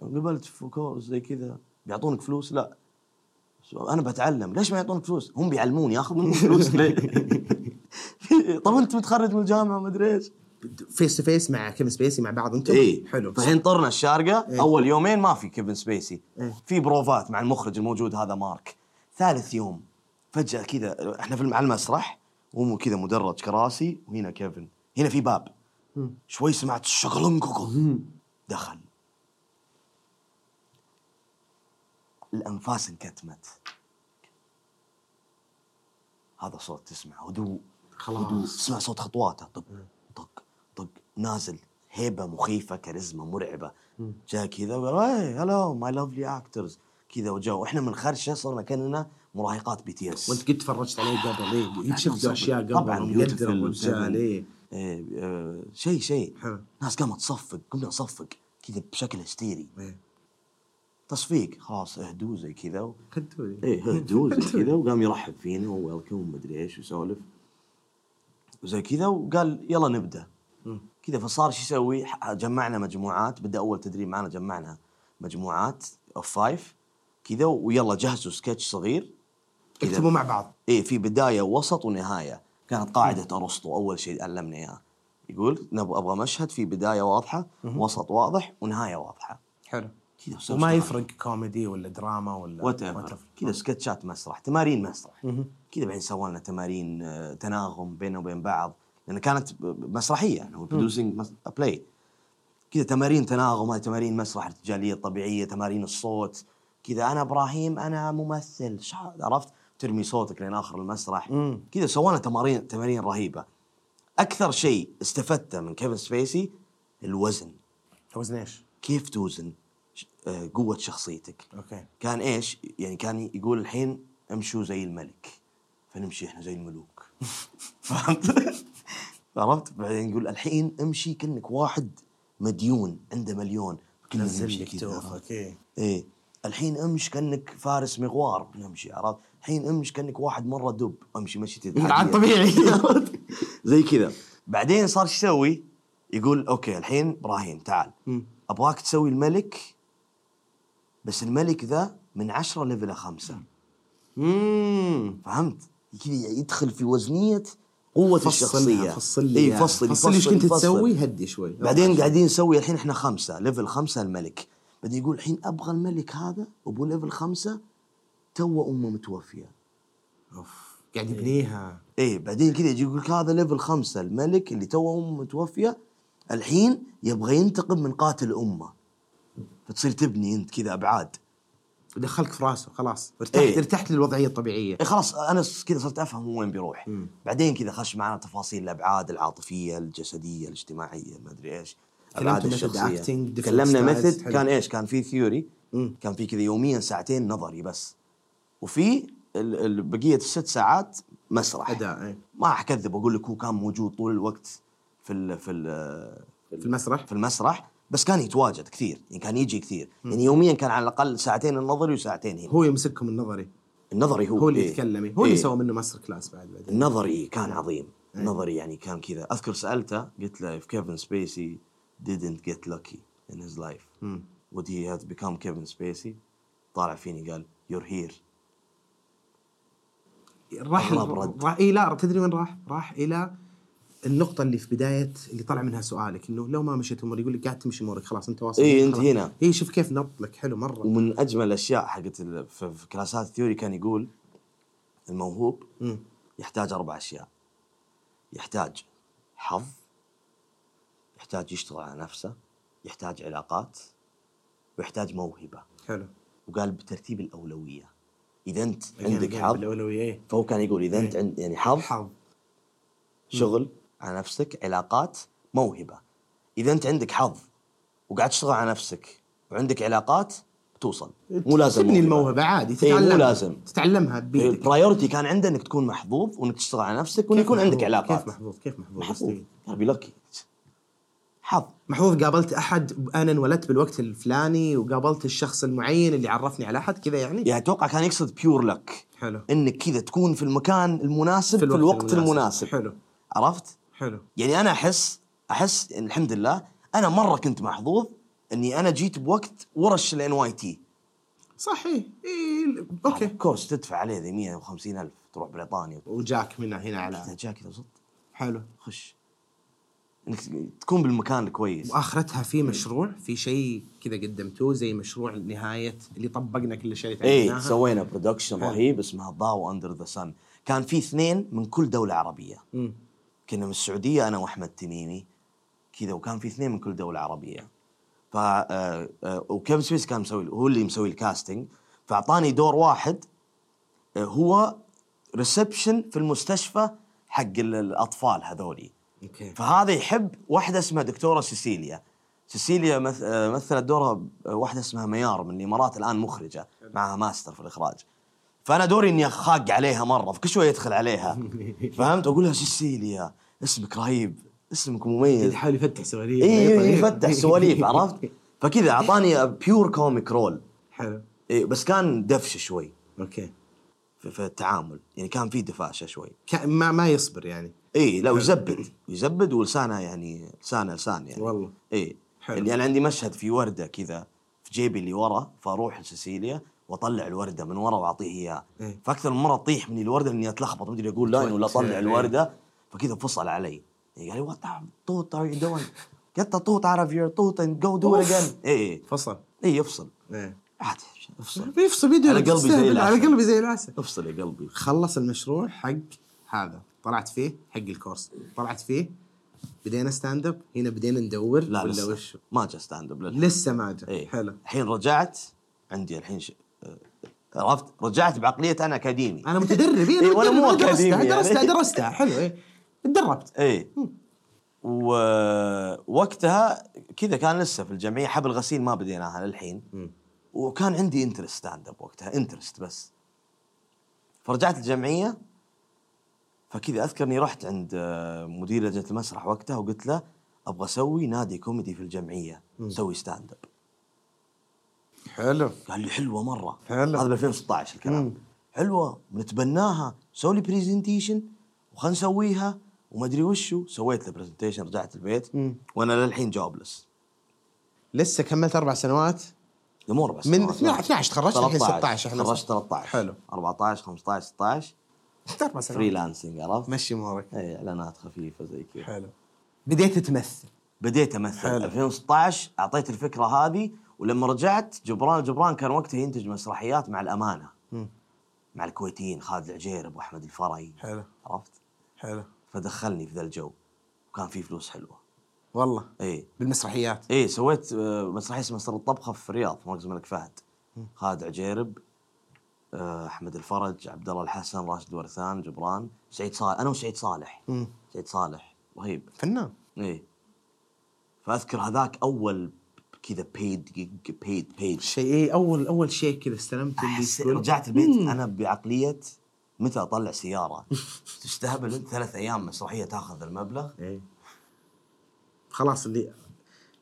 Speaker 2: قبلت في كورس زي كذا بيعطونك فلوس؟ لا بس انا بتعلم ليش ما يعطونك فلوس؟ هم بيعلموني ياخذ مني فلوس ليه؟ طب انت متخرج من الجامعه ما ادري ايش
Speaker 3: فيس تو فيس مع كيفن سبيسي مع بعض انتم
Speaker 2: اي
Speaker 3: حلو
Speaker 2: إيه. فالحين طرنا الشارقه
Speaker 3: إيه.
Speaker 2: اول يومين ما في كيفن سبيسي
Speaker 3: إيه.
Speaker 2: في بروفات مع المخرج الموجود هذا مارك ثالث يوم فجاه كذا احنا في على المسرح وهم كذا مدرج كراسي وهنا كيفن هنا في باب شوي سمعت شغلنكوكو دخل الانفاس انكتمت هذا صوت تسمع هدوء
Speaker 3: خلاص.
Speaker 2: هدوء تسمع صوت خطواته طق طق طق نازل هيبه مخيفه كاريزما مرعبه جاء كذا وقال هاي هلو ماي لافلي اكترز كذا وجو واحنا من خرشه صرنا كاننا مراهقات بي تي اس
Speaker 3: وانت قد تفرجت عليه قبل ايه قد شفت
Speaker 2: طبعاً.
Speaker 3: اشياء قبل
Speaker 2: يعني طبعاً،
Speaker 3: يدرب
Speaker 2: Beautiful
Speaker 3: والرجال
Speaker 2: Seven.
Speaker 3: ايه
Speaker 2: إيه، آه، شيء شيء
Speaker 3: حلو.
Speaker 2: ناس قامت تصفق قمنا نصفق كذا بشكل هستيري
Speaker 3: إيه.
Speaker 2: تصفيق خلاص اهدوا زي كذا و...
Speaker 3: هدوا لي.
Speaker 2: ايه اهدوا زي كذا وقام يرحب فينا وويلكم ومدري ايش وسولف وزي كذا وقال يلا نبدا كذا فصار شو يسوي؟ ح- جمعنا مجموعات بدا اول تدريب معنا جمعنا مجموعات اوف فايف كذا ويلا جهزوا سكتش صغير كذا.
Speaker 3: اكتبوا مع بعض
Speaker 2: ايه في بدايه ووسط ونهايه كانت قاعده ارسطو اول شيء علمنا اياها يقول نبغى ابغى مشهد في بدايه واضحه وسط واضح ونهايه واضحه
Speaker 3: حلو
Speaker 2: كذا وسوي
Speaker 3: وما
Speaker 2: اشتغل.
Speaker 3: يفرق كوميدي ولا دراما ولا
Speaker 2: وات
Speaker 3: whatever.
Speaker 2: ايفر كذا سكتشات مسرح تمارين مسرح كذا بعدين سووا لنا تمارين آه، تناغم بيننا وبين بعض لان كانت ب- ب- مسرحيه يعني هو برودوسنج بلاي كذا تمارين تناغم هذه تمارين مسرح ارتجاليه طبيعيه تمارين الصوت كذا انا ابراهيم انا ممثل شع- عرفت ترمي صوتك لين اخر المسرح كذا سوينا تمارين تمارين رهيبه اكثر شيء استفدته من كيفن سبيسي الوزن
Speaker 3: وزن ايش؟
Speaker 2: كيف توزن ش- آه، قوه شخصيتك
Speaker 3: اوكي
Speaker 2: كان ايش؟ يعني كان يقول الحين امشوا زي الملك فنمشي احنا زي الملوك فهمت؟ عرفت؟ بعدين يقول الحين امشي كانك واحد مديون عنده مليون كنا
Speaker 3: نزل
Speaker 2: نمشي
Speaker 3: لك
Speaker 2: كذا، عرفت؟
Speaker 3: توفك ايه
Speaker 2: ايه الحين امش كانك فارس مغوار نمشي عرفت؟ الحين امش كانك واحد مره دب امشي مشيتي
Speaker 3: عاد طبيعي
Speaker 2: زي كذا بعدين صار شو يسوي؟ يقول اوكي الحين ابراهيم تعال ابغاك تسوي الملك بس الملك ذا من عشرة ليفل خمسة
Speaker 3: امم
Speaker 2: فهمت؟ كذا يدخل في وزنيه قوة الشخصية
Speaker 3: فصل لي
Speaker 2: إيه
Speaker 3: إياها.
Speaker 2: فصل
Speaker 3: فصل لي ايش يعني. كنت
Speaker 2: يفصل.
Speaker 3: تسوي هدي شوي
Speaker 2: بعدين قاعدين نسوي الحين احنا خمسة ليفل خمسة الملك بعدين يقول الحين ابغى الملك هذا ابو ليفل خمسة تو امه متوفية
Speaker 3: أوف. قاعد يبنيها
Speaker 2: ايه بعدين كذا يجي يقول لك هذا ليفل خمسة الملك اللي تو امه متوفية الحين يبغى ينتقم من قاتل امه فتصير تبني انت كذا ابعاد
Speaker 3: دخلك في راسه خلاص ارتحت
Speaker 2: إيه.
Speaker 3: ارتحت للوضعيه الطبيعيه
Speaker 2: إيه خلاص انا س- كذا صرت افهم هو وين بيروح بعدين كذا خش معنا تفاصيل الابعاد العاطفيه الجسديه الاجتماعيه ما ادري ايش
Speaker 3: كلمتوا
Speaker 2: أبعاد
Speaker 3: method
Speaker 2: الشخصية.
Speaker 3: acting, different
Speaker 2: كلمنا
Speaker 3: styles.
Speaker 2: مثل
Speaker 3: حلو.
Speaker 2: كان ايش كان في ثيوري كان في كذا يوميا ساعتين نظري بس وفي ال- ال- بقيه الست ساعات مسرح
Speaker 3: اداء إيه.
Speaker 2: ما حكذب اقول لك هو كان موجود طول الوقت في ال في ال
Speaker 3: في المسرح
Speaker 2: في المسرح بس كان يتواجد كثير يعني كان يجي كثير يعني يوميا كان على الاقل ساعتين النظري وساعتين هنا
Speaker 3: هو يمسككم النظري
Speaker 2: النظري هو
Speaker 3: هو اللي
Speaker 2: إيه.
Speaker 3: يتكلم إيه. هو اللي
Speaker 2: إيه.
Speaker 3: سوى منه ماستر كلاس بعد بعدين
Speaker 2: نظري كان عظيم نظري يعني كان كذا اذكر سالته قلت له if Kevin Spacey didn't get lucky in his life would he have become Kevin Spacey طالع فيني قال you're here
Speaker 3: راح
Speaker 2: أغرب رد.
Speaker 3: راح اي لا تدري وين راح؟ راح الى النقطة اللي في بداية اللي طلع منها سؤالك انه لو ما مشيت اموري يقول لك قاعد تمشي امورك خلاص انت واصل
Speaker 2: إيه، أنت
Speaker 3: خلاص.
Speaker 2: هنا.
Speaker 3: اي شوف كيف نبط لك حلو مرة
Speaker 2: ومن اجمل الاشياء حقت ال- في في كلاسات الثيوري كان يقول الموهوب يحتاج اربع اشياء يحتاج حظ يحتاج يشتغل على نفسه يحتاج علاقات ويحتاج موهبه
Speaker 3: حلو
Speaker 2: وقال بترتيب الاولويه اذا انت
Speaker 3: يعني
Speaker 2: عندك
Speaker 3: يعني
Speaker 2: حظ
Speaker 3: بالاولوية إيه.
Speaker 2: فهو كان يقول اذا انت عند يعني حظ
Speaker 3: حظ
Speaker 2: شغل على نفسك علاقات موهبه اذا انت عندك حظ وقاعد تشتغل على نفسك وعندك علاقات بتوصل مو لازم
Speaker 3: تبني الموهبة عادي
Speaker 2: إيه،
Speaker 3: تتعلمها
Speaker 2: مو لازم إيه،
Speaker 3: تتعلمها بيدك
Speaker 2: البرايورتي كان عنده انك تكون محظوظ وانك تشتغل على نفسك وان يكون عندك
Speaker 3: محظوظ؟
Speaker 2: علاقات
Speaker 3: كيف محظوظ إيه. كيف محظوظ
Speaker 2: محظوظ
Speaker 3: بس
Speaker 2: بي لوكي حظ
Speaker 3: محظوظ قابلت احد انا انولدت بالوقت الفلاني وقابلت الشخص المعين اللي عرفني على احد كذا يعني
Speaker 2: يعني اتوقع كان يقصد بيور لك
Speaker 3: حلو.
Speaker 2: انك كذا تكون في المكان المناسب في الوقت, في الوقت المناسب.
Speaker 3: حلو
Speaker 2: عرفت؟
Speaker 3: حلو
Speaker 2: يعني انا احس احس إن الحمد لله انا مره كنت محظوظ اني انا جيت بوقت ورش الان واي تي
Speaker 3: صحيح إيه. اوكي
Speaker 2: كورس تدفع عليه ذي 150 الف تروح بريطانيا
Speaker 3: وجاك من هنا على
Speaker 2: جاء كذا صدق
Speaker 3: حلو
Speaker 2: خش انك تكون بالمكان الكويس
Speaker 3: واخرتها في مشروع في شيء كذا قدمتوه زي مشروع نهايه اللي طبقنا كل شيء
Speaker 2: ايه
Speaker 3: عملناها.
Speaker 2: سوينا برودكشن رهيب اسمها ضاو اندر ذا سن كان في اثنين من كل دوله عربيه
Speaker 3: مم.
Speaker 2: كنا من السعوديه انا واحمد تميمي كذا وكان في اثنين من كل دوله عربيه ف آه، آه، وكيفن سبيس كان مسوي هو اللي مسوي الكاستنج فاعطاني دور واحد آه، هو ريسبشن في المستشفى حق ال- الاطفال هذولي
Speaker 3: اوكي
Speaker 2: فهذا يحب واحده اسمها دكتوره سيسيليا سيسيليا مث- آه، مثلت دورها ب- آه، واحده اسمها ميار من الامارات الان مخرجه معها ماستر في الاخراج فانا دوري اني اخاق عليها مره فكل شويه يدخل عليها فهمت اقول لها سيسيليا اسمك رهيب اسمك مميز
Speaker 3: يحاول يفتح سواليف
Speaker 2: اي اي يفتح سواليف عرفت فكذا اعطاني بيور كوميك رول
Speaker 3: حلو
Speaker 2: إيه، بس كان دفش شوي
Speaker 3: اوكي
Speaker 2: في- في التعامل يعني كان في دفاشه شوي
Speaker 3: ك- ما ما يصبر يعني
Speaker 2: اي لا ويزبد يزبد ولسانه يعني لسانه لسان يعني
Speaker 3: والله.
Speaker 2: اي
Speaker 3: حلو.
Speaker 2: اللي انا عندي مشهد في ورده كذا في جيبي اللي ورا فاروح لسيسيليا واطلع الورده من ورا واعطيه اياها
Speaker 3: إيه.
Speaker 2: فاكثر من مره اطيح من الورده اني اتلخبط مدري اقول لاين ولا
Speaker 3: إيه.
Speaker 2: اطلع الورده فكذا فصل علي يعني قال لي وات توت ار يو دوينج get the توت out of your توت and go do it
Speaker 3: أوف.
Speaker 2: again اي
Speaker 3: فصل
Speaker 2: اي افصل
Speaker 3: ايه
Speaker 2: عادي افصل
Speaker 3: بيفصل بيدو
Speaker 2: على
Speaker 3: لك،
Speaker 2: قلبي زي
Speaker 3: استهبل،
Speaker 2: العسل.
Speaker 3: على قلبي زي العسل
Speaker 2: افصل يا قلبي
Speaker 3: خلص المشروع حق هذا طلعت فيه حق الكورس طلعت فيه بدينا ستاند اب هنا بدينا ندور
Speaker 2: لا
Speaker 3: ولا
Speaker 2: لسه
Speaker 3: وش
Speaker 2: ما جا ستاند اب
Speaker 3: لسه ما جاء
Speaker 2: ايه
Speaker 3: حلو
Speaker 2: الحين رجعت عندي الحين ش... آه، عرفت رجعت بعقليه انا اكاديمي
Speaker 3: انا متدرب إيه، انا
Speaker 2: إيه، وأنا
Speaker 3: متدرب،
Speaker 2: مو
Speaker 3: أنا درستها
Speaker 2: أكاديمي يعني.
Speaker 3: درستها درستها حلو ايه تدربت
Speaker 2: ايه ووقتها كذا كان لسه في الجمعيه حبل غسيل ما بديناها للحين وكان عندي انترست ستاند اب وقتها انترست بس فرجعت الجمعيه فكذا اذكر اني رحت عند آه، مدير لجنه المسرح وقتها وقلت له ابغى اسوي نادي كوميدي في الجمعيه سوي ستاند اب
Speaker 3: حلو
Speaker 2: قال لي حلوه مره
Speaker 3: حلو.
Speaker 2: هذا ب 2016 الكلام حلوه بنتبناها سوي لي برزنتيشن وخلينا نسويها وما ادري وشو سويت له برزنتيشن رجعت البيت وانا للحين جوبلس
Speaker 3: لسه كملت اربع سنوات
Speaker 2: مو اربع
Speaker 3: من
Speaker 2: سنوات.
Speaker 3: 12 تخرجت، الحين 16 احنا.
Speaker 2: تخرجت 13
Speaker 3: حلو.
Speaker 2: 14 15 16
Speaker 3: اربع سنوات
Speaker 2: فريلانسنج عرفت؟
Speaker 3: مشي امورك
Speaker 2: اي اعلانات خفيفه زي كذا
Speaker 3: حلو بديت تمثل
Speaker 2: بديت امثل
Speaker 3: حلو.
Speaker 2: 2016 اعطيت الفكره هذه ولما رجعت جبران جبران كان وقتها ينتج مسرحيات مع الامانه مع الكويتيين خالد العجير ابو احمد الفرعي
Speaker 3: حلو.
Speaker 2: عرفت؟
Speaker 3: حلو
Speaker 2: فدخلني في ذا الجو وكان في فلوس حلوه
Speaker 3: والله
Speaker 2: اي
Speaker 3: بالمسرحيات
Speaker 2: اي سويت آه، مسرحيه اسمها سر الطبخه في الرياض في مركز الملك فهد خالد عجيرب آه، احمد الفرج عبد الله الحسن راشد ورثان جبران سعيد صالح انا وسعيد صالح سعيد صالح رهيب
Speaker 3: فنان
Speaker 2: اي فاذكر إيه. هذاك اول كذا بيد جيج بيد بيج
Speaker 3: شيء إيه، اول اول شيء كذا استلمت اللي
Speaker 2: أحس-
Speaker 3: تقول-
Speaker 2: رجعت البيت انا بعقليه متى اطلع سياره تستهبل انت ثلاث ايام مسرحيه تاخذ المبلغ
Speaker 3: إيه. خلاص اللي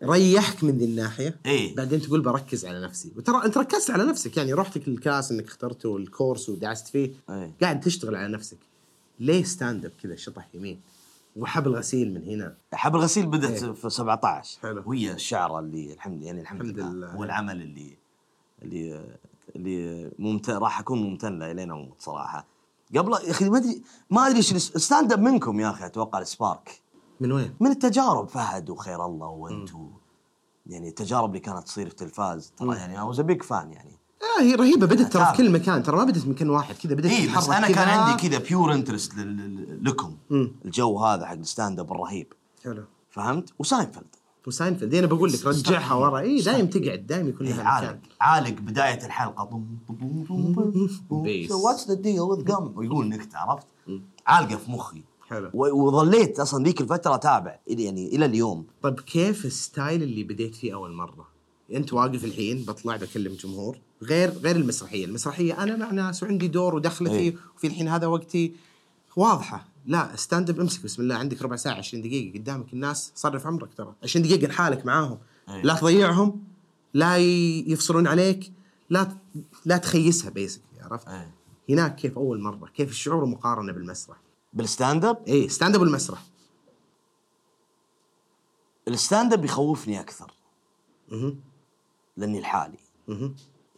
Speaker 3: ريحك من ذي الناحيه
Speaker 2: إيه.
Speaker 3: بعدين تقول بركز على نفسي وترى انت ركزت على نفسك يعني رحتك الكلاس انك اخترته والكورس ودعست فيه
Speaker 2: إيه.
Speaker 3: قاعد تشتغل على نفسك ليه ستاند اب كذا شطح يمين وحبل غسيل من هنا
Speaker 2: حب الغسيل بدت في 17
Speaker 3: حلو.
Speaker 2: وهي الشعره اللي الحمد يعني الحمد,
Speaker 3: الحمد
Speaker 2: لله
Speaker 3: لله.
Speaker 2: هو العمل اللي اللي اللي ممتن راح اكون ممتن له الين اموت صراحه قبل يا اخي ما ادري ما ادري ايش الس- الستاند اب منكم يا اخي اتوقع السبارك
Speaker 3: من وين؟
Speaker 2: من التجارب فهد وخير الله وانت و- يعني التجارب اللي كانت تصير في التلفاز ترى يعني اي واز بيج فان يعني
Speaker 3: آه هي رهيبه بدت ترى
Speaker 2: أتابع.
Speaker 3: في كل مكان ترى ما بدت من مكان واحد كذا بدت
Speaker 2: اي إيه، بس
Speaker 3: تتحرك
Speaker 2: انا كان
Speaker 3: كذا.
Speaker 2: عندي كذا بيور انترست لكم الجو هذا حق الستاند اب الرهيب
Speaker 3: حلو
Speaker 2: فهمت وساينفيلد
Speaker 3: وساينفيلد انا بقول لك رجعها ورا اي دايم تقعد دايم يكون
Speaker 2: إيه،
Speaker 3: لها
Speaker 2: عالق
Speaker 3: مكان
Speaker 2: عالق بدايه الحلقه طم طم طم طم طم
Speaker 3: بيس.
Speaker 2: سو واتس ذا ديل وذ جم ويقول نكته عرفت؟ عالقه في مخي
Speaker 3: حلو.
Speaker 2: و- وظليت اصلا ذيك الفتره اتابع إلى- يعني الى اليوم
Speaker 3: طيب كيف الستايل اللي بديت فيه اول مره؟ انت واقف الحين بطلع بكلم جمهور غير غير المسرحيه، المسرحيه انا مع ناس وعندي دور ودخلتي
Speaker 2: إيه.
Speaker 3: وفي الحين هذا وقتي واضحه، لا ستاند اب امسك بسم الله عندك ربع ساعه 20 دقيقه قدامك الناس صرف عمرك ترى 20 دقيقه لحالك معاهم
Speaker 2: إيه.
Speaker 3: لا تضيعهم لا ي- يفصلون عليك لا ت- لا تخيسها بيسك عرفت؟
Speaker 2: إيه.
Speaker 3: هناك كيف اول مره؟ كيف الشعور مقارنه بالمسرح؟ إيه،
Speaker 2: بالستاند اب
Speaker 3: اي ستاند اب والمسرح
Speaker 2: الستاند اب يخوفني اكثر لاني لحالي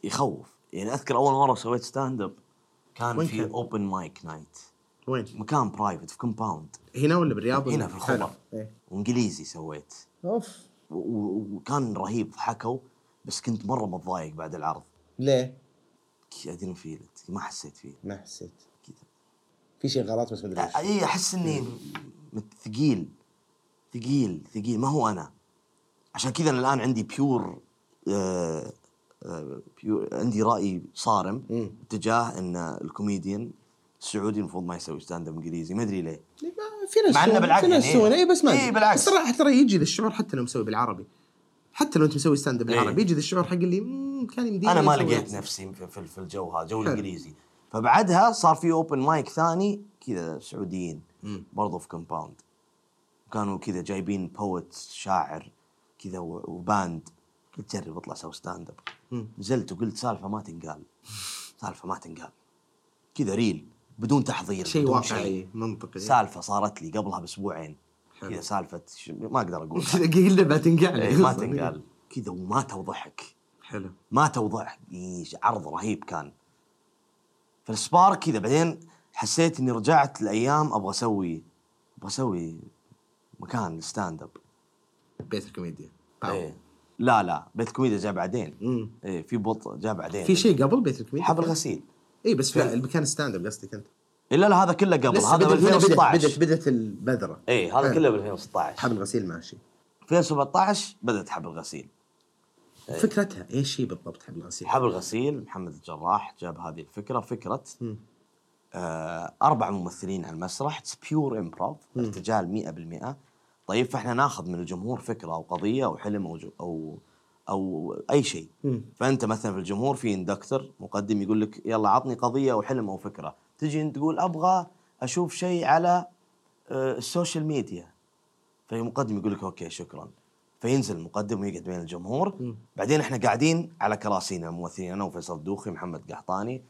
Speaker 2: يخوف يعني اذكر اول مره سويت ستاند اب كان
Speaker 3: وين
Speaker 2: في
Speaker 3: كان؟
Speaker 2: اوبن مايك نايت
Speaker 3: وين؟
Speaker 2: مكان برايفت في كومباوند
Speaker 3: هنا ولا بالرياض؟ ولا-
Speaker 2: هنا في الخبر
Speaker 3: حلو. إيه.
Speaker 2: ومن انجليزي سويت
Speaker 3: اوف
Speaker 2: و- و- وكان رهيب ضحكوا بس كنت مره متضايق بعد العرض
Speaker 3: ليه؟
Speaker 2: ادري فيلت ما حسيت فيه
Speaker 3: ما حسيت
Speaker 2: كذا
Speaker 3: في شيء غلط بس ما ادري
Speaker 2: أ-
Speaker 3: ايش
Speaker 2: اي احس اني مت- إيه. ثقيل ثقيل ثقيل ما هو انا عشان كذا انا الان عندي بيور آه آه بيور عندي راي صارم تجاه ان الكوميديان السعودي المفروض ما يسوي ستاند اب انجليزي ما ادري ليه
Speaker 3: ما- في ناس
Speaker 2: مع إنه
Speaker 3: يسوون-
Speaker 2: بالعقل
Speaker 3: في ناس
Speaker 2: يعني،
Speaker 3: يسوون
Speaker 2: إيه.
Speaker 3: اي بس ما
Speaker 2: إيه،
Speaker 3: أدري.
Speaker 2: بالعكس.
Speaker 3: الصراحه ترى يجي ذا الشعور حتى لو مسوي بالعربي حتى لو انت مسوي ستاند اب
Speaker 2: إيه.
Speaker 3: بالعربي يجي ذا الشعور حق اللي مم، كان يمديني
Speaker 2: انا ما
Speaker 3: أسوي
Speaker 2: لقيت
Speaker 3: نفسي.
Speaker 2: نفسي في- في في الجو هذا جو
Speaker 3: إيه، حلو.
Speaker 2: الانجليزي فبعدها صار في اوبن مايك ثاني كذا سعوديين برضو في كومباوند كانوا كذا جايبين بوت شاعر كذا و- وباند قلت جرب اطلع سو ستاند اب نزلت وقلت سالفه ما تنقال سالفه ما تنقال كذا ريل بدون تحضير
Speaker 3: شيء
Speaker 2: بدون
Speaker 3: واقعي منطقي
Speaker 2: سالفه صارت لي قبلها باسبوعين
Speaker 3: حلو.
Speaker 2: كذا سالفه ش- ما اقدر اقول
Speaker 3: قلنا ما تنقال
Speaker 2: ما تنقال كذا وماتوا ضحك
Speaker 3: حلو
Speaker 2: ما توضح إيش، عرض رهيب كان فالسبار كذا بعدين حسيت اني رجعت لايام ابغى اسوي ابغى اسوي مكان ستاند اب
Speaker 3: بيت الكوميديا
Speaker 2: إيه. لا لا بيت كوميديا جاء بعدين
Speaker 3: مم.
Speaker 2: ايه في بطء جاء بعدين
Speaker 3: في شيء قبل بيت الكوميديا
Speaker 2: حفل غسيل
Speaker 3: اي بس في المكان ستاند اب قصدك انت
Speaker 2: الا لا هذا كله قبل
Speaker 3: لسه
Speaker 2: هذا ب
Speaker 3: بدت هنا بدت
Speaker 2: 2016
Speaker 3: بدت بدت البذره
Speaker 2: اي هذا
Speaker 3: حلو.
Speaker 2: كله ب 2016
Speaker 3: حبل غسيل ماشي
Speaker 2: 2017 بدات حفل غسيل
Speaker 3: إيه. فكرتها ايش هي بالضبط حبل غسيل؟
Speaker 2: حبل غسيل محمد الجراح جاب هذه الفكره فكره آه اربع ممثلين على المسرح بيور امبروف ارتجال 100% طيب فاحنا ناخذ من الجمهور فكره او قضيه او حلم او جو- او او اي شيء فانت مثلا في الجمهور في اندكتر مقدم يقول لك يلا عطني قضيه او حلم او فكره تجي انت تقول ابغى اشوف شيء على آه السوشيال ميديا فالمقدم يقول لك اوكي شكرا فينزل المقدم ويقعد بين الجمهور بعدين احنا قاعدين على كراسينا الممثلين انا وفيصل الدوخي محمد قحطاني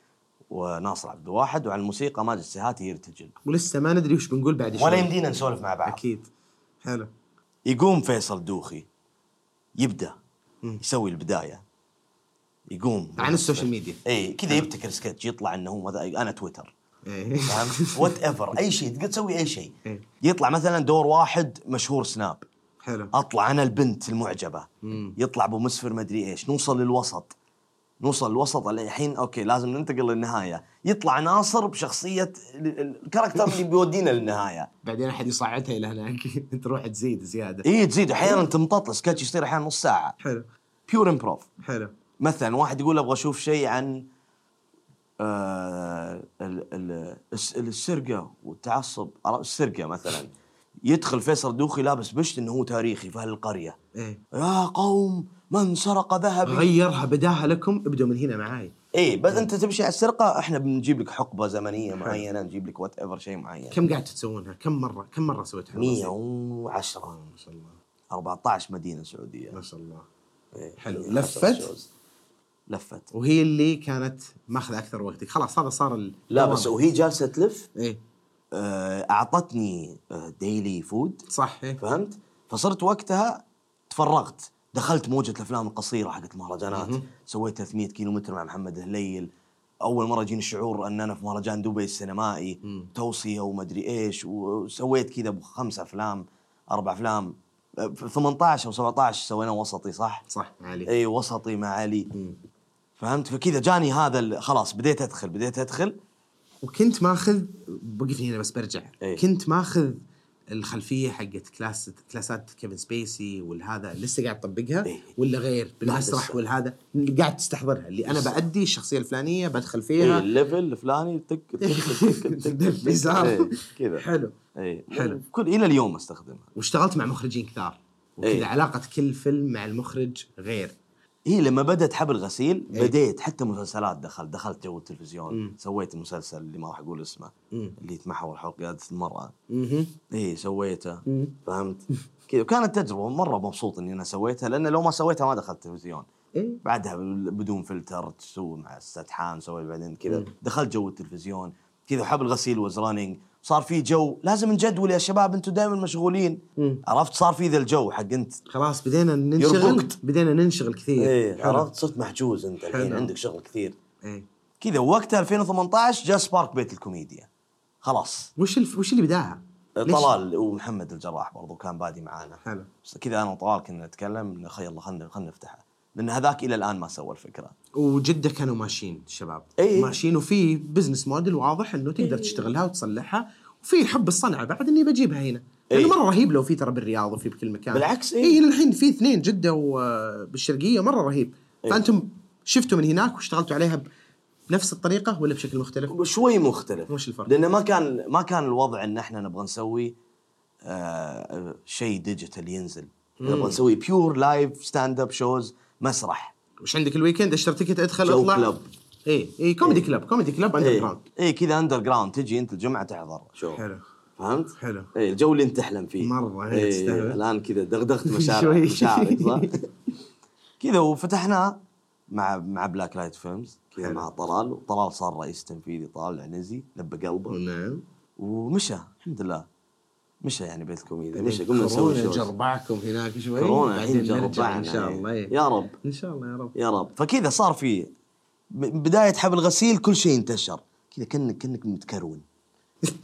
Speaker 2: وناصر عبد الواحد وعلى الموسيقى ماجد السهاتي يرتجل
Speaker 3: ولسه ما ندري وش بنقول بعد شوي
Speaker 2: ولا يمدينا نسولف مع بعض
Speaker 3: اكيد حلو
Speaker 2: يقوم فيصل الدوخي يبدا يسوي البدايه يقوم
Speaker 3: عن السوشيال ميديا آه.
Speaker 2: اي كذا يبتكر سكتش يطلع انه هو ماذا- انا تويتر
Speaker 3: إيه.
Speaker 2: فهمت وات ايفر اي شيء تقدر تسوي اي شيء
Speaker 3: إيه.
Speaker 2: يطلع مثلا دور واحد مشهور سناب
Speaker 3: حلو
Speaker 2: اطلع انا البنت المعجبه يطلع ابو مسفر مدري ايش نوصل للوسط نوصل للوسط الحين اوكي لازم ننتقل للنهايه يطلع ناصر بشخصيه ال- ال- الكاركتر اللي بيودينا للنهايه
Speaker 3: بعدين احد يصعدها الى هناك تروح تزيد زياده
Speaker 2: اي إيه، تزيد احيانا تمطط سكتش يصير احيانا نص ساعه
Speaker 3: حلو
Speaker 2: بيور امبروف
Speaker 3: حلو
Speaker 2: مثلا واحد يقول ابغى اشوف شيء عن آه ال- ال- الس- السرقه والتعصب عرفت؟ السرقه مثلا يدخل فيصل دوخي لابس بشت انه هو تاريخي في القريه
Speaker 3: ايه
Speaker 2: يا قوم من سرق ذهبي
Speaker 3: غيرها بداها لكم ابدوا من هنا معاي
Speaker 2: ايه بس انت تمشي على السرقه احنا بنجيب لك حقبه زمنيه معينه نجيب لك وات ايفر شيء معين
Speaker 3: كم قاعد تسوونها؟ كم مره كم مره سويت حبل غسيل؟
Speaker 2: 110
Speaker 3: ما شاء الله
Speaker 2: 14 مدينه سعوديه
Speaker 3: ما شاء الله
Speaker 2: إيه،
Speaker 3: حلو.
Speaker 2: 110
Speaker 3: لفت؟
Speaker 2: shows. لفت
Speaker 3: وهي اللي كانت ماخذه اكثر وقتك خلاص هذا صار ال...
Speaker 2: لا بس وهي جالسه تلف
Speaker 3: ايه
Speaker 2: آه، اعطتني ديلي فود
Speaker 3: صح ايه
Speaker 2: فهمت؟ فصرت وقتها تفرغت دخلت موجة الأفلام القصيرة حقت المهرجانات سويت 300 كيلو متر مع محمد هليل أول مرة جيني شعور أن أنا في مهرجان دبي السينمائي توصية ومدري إيش وسويت كذا بخمس أفلام أربع أفلام أه، في 18 أو 17 سوينا وسطي صح؟
Speaker 3: صح علي
Speaker 2: اي وسطي مع علي فهمت فكذا جاني هذا ال- خلاص بديت ادخل بديت ادخل
Speaker 3: وكنت ماخذ بقفني هنا بس برجع
Speaker 2: إيه.
Speaker 3: كنت ماخذ الخلفيه حقت كلاس كلاسات كيفن سبيسي والهذا لسه قاعد تطبقها
Speaker 2: إيه.
Speaker 3: ولا غير بالمسرح
Speaker 2: لسه.
Speaker 3: والهذا قاعد تستحضرها اللي انا بادي الشخصيه الفلانيه بدخل
Speaker 2: اي
Speaker 3: فيها
Speaker 2: إيه، الليفل الفلاني تك تك تك تك تك
Speaker 3: بيزار.
Speaker 2: إيه، كذا
Speaker 3: حلو
Speaker 2: اي
Speaker 3: حلو.
Speaker 2: كل الى اليوم استخدمها
Speaker 3: واشتغلت مع مخرجين كثار
Speaker 2: إيه.
Speaker 3: وكذا علاقه كل فيلم مع المخرج غير
Speaker 2: هي إيه، لما بدات حبل غسيل بديت حتى مسلسلات دخلت دخلت جو التلفزيون سويت مسلسل اللي ما راح اقول اسمه اللي يتمحور حول قياده المراه
Speaker 3: اها
Speaker 2: اي إيه، سويته فهمت كذا وكانت تجربه مره مبسوط اني انا سويتها لان لو ما سويتها ما دخلت التلفزيون
Speaker 3: إيه.
Speaker 2: بعدها بال- بدون فلتر تسوي مع السدحان سوي بعدين كذا دخلت جو التلفزيون كذا حبل غسيل وز رانينج صار في جو لازم نجدول يا شباب انتم دائما مشغولين عرفت صار في ذا الجو حق انت
Speaker 3: خلاص بدينا ننشغل
Speaker 2: يربكت.
Speaker 3: بدينا ننشغل كثير
Speaker 2: ايه
Speaker 3: حلو.
Speaker 2: عرفت صرت محجوز انت الحين
Speaker 3: حلو.
Speaker 2: عندك شغل كثير
Speaker 3: ايه
Speaker 2: كذا وقتها 2018 جاء سبارك بيت الكوميديا خلاص
Speaker 3: وش الف... وش اللي بداها؟ ليش؟
Speaker 2: طلال ومحمد الجراح برضو كان بادي معانا
Speaker 3: حلو
Speaker 2: بس كذا انا وطلال كنا نتكلم إنه خي الله خلنا خلنا نفتحها لان هذاك الى الان ما سوى الفكره
Speaker 3: وجده كانوا ماشيين الشباب
Speaker 2: إي.
Speaker 3: ماشيين وفي بزنس موديل واضح انه تقدر تشتغلها وتصلحها وفي حب الصنعه بعد اني بجيبها هنا
Speaker 2: إي.
Speaker 3: لانه مره رهيب لو في ترى بالرياض وفي بكل مكان
Speaker 2: بالعكس، إي.
Speaker 3: اي الحين في اثنين جده وبالشرقيه مره رهيب
Speaker 2: إي.
Speaker 3: فانتم شفتوا من هناك واشتغلتوا عليها ب- بنفس الطريقه ولا بشكل مختلف؟
Speaker 2: شوي مختلف
Speaker 3: وش الفرق؟
Speaker 2: لانه ما كان ما كان الوضع ان احنا نبغى نسوي آه شيء ديجيتال ينزل نبغى نسوي بيور لايف ستاند اب شوز مسرح
Speaker 3: وش عندك الويكند اشتري تيكت ادخل
Speaker 2: جو
Speaker 3: اطلع
Speaker 2: كلب.
Speaker 3: اي اي كوميدي كلاب كوميدي كلاب اندر
Speaker 2: اي
Speaker 3: جراوند
Speaker 2: إيه كذا اندر جراوند تجي انت الجمعه تحضر شو
Speaker 3: حلو
Speaker 2: فهمت؟
Speaker 3: حلو.
Speaker 2: اي الجو اللي انت تحلم فيه
Speaker 3: مرة، إيه،
Speaker 2: اي
Speaker 3: تستاهل.
Speaker 2: الان كذا دغدغت مشاعر
Speaker 3: شوي.
Speaker 2: مشاعرك صح؟ كذا وفتحناه مع مع بلاك لايت فيلمز كذا
Speaker 3: حلو.
Speaker 2: مع طلال وطلال صار رئيس تنفيذي طلال العنزي لب قلبه
Speaker 3: نعم
Speaker 2: ومشى الحمد لله مشى يعني بيت الكوميديا مشى قمنا نسوي
Speaker 3: إيه، كورونا
Speaker 2: شوز
Speaker 3: جربعكم هناك شوي
Speaker 2: كورونا
Speaker 3: بعدين
Speaker 2: الحين
Speaker 3: نرجع
Speaker 2: جربعنا
Speaker 3: ان شاء الله إيه.
Speaker 2: يا رب
Speaker 3: ان شاء الله يا رب
Speaker 2: يا رب فكذا صار في ب- بدايه حبل غسيل كل شيء انتشر كذا كانك كانك متكرون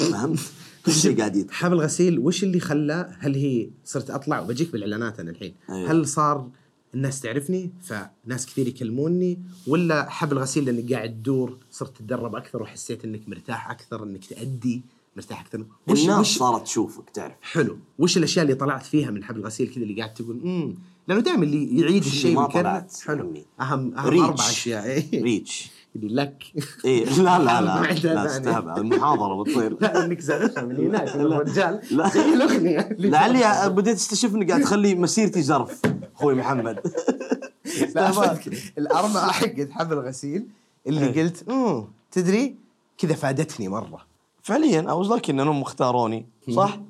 Speaker 2: فهمت؟ كل شيء قاعد يت-
Speaker 3: حبل غسيل وش اللي خلى هل هي صرت اطلع وبجيك بالاعلانات انا الحين
Speaker 2: أيوة.
Speaker 3: هل صار الناس تعرفني فناس كثير يكلموني ولا حبل غسيل لانك قاعد تدور صرت تتدرب اكثر وحسيت انك مرتاح اكثر انك تأدي مرتاح اكثر
Speaker 2: الناس صارت تشوفك تعرف
Speaker 3: حلو وش الاشياء اللي طلعت فيها من حبل غسيل كذا اللي قاعد تقول امم لانه دائما اللي يعيد
Speaker 2: وش
Speaker 3: الشيء
Speaker 2: اللي ما
Speaker 3: ويكرر-
Speaker 2: طلعت
Speaker 3: حلو
Speaker 2: مني؟
Speaker 3: اهم اهم
Speaker 2: ريتش.
Speaker 3: اربع اشياء إيه.
Speaker 2: ريتش
Speaker 3: اللي لك
Speaker 2: ايه لا لا
Speaker 3: ما
Speaker 2: لا
Speaker 3: عندها
Speaker 2: لا
Speaker 3: معنى.
Speaker 2: استهبل المحاضره بتصير
Speaker 3: لا انك زرعها من هناك من
Speaker 2: لا.
Speaker 3: الرجال
Speaker 2: لا.
Speaker 3: زي الاغنيه
Speaker 2: يعني
Speaker 3: اللي-
Speaker 2: لعلي بديت استشف اني قاعد تخلي مسيرتي زرف اخوي محمد
Speaker 3: لا، أقصد الاربعه حقت حبل غسيل اللي
Speaker 2: إيه.
Speaker 3: قلت امم تدري كذا فادتني مره
Speaker 2: فعليا اي واز لكن انهم اختاروني صح؟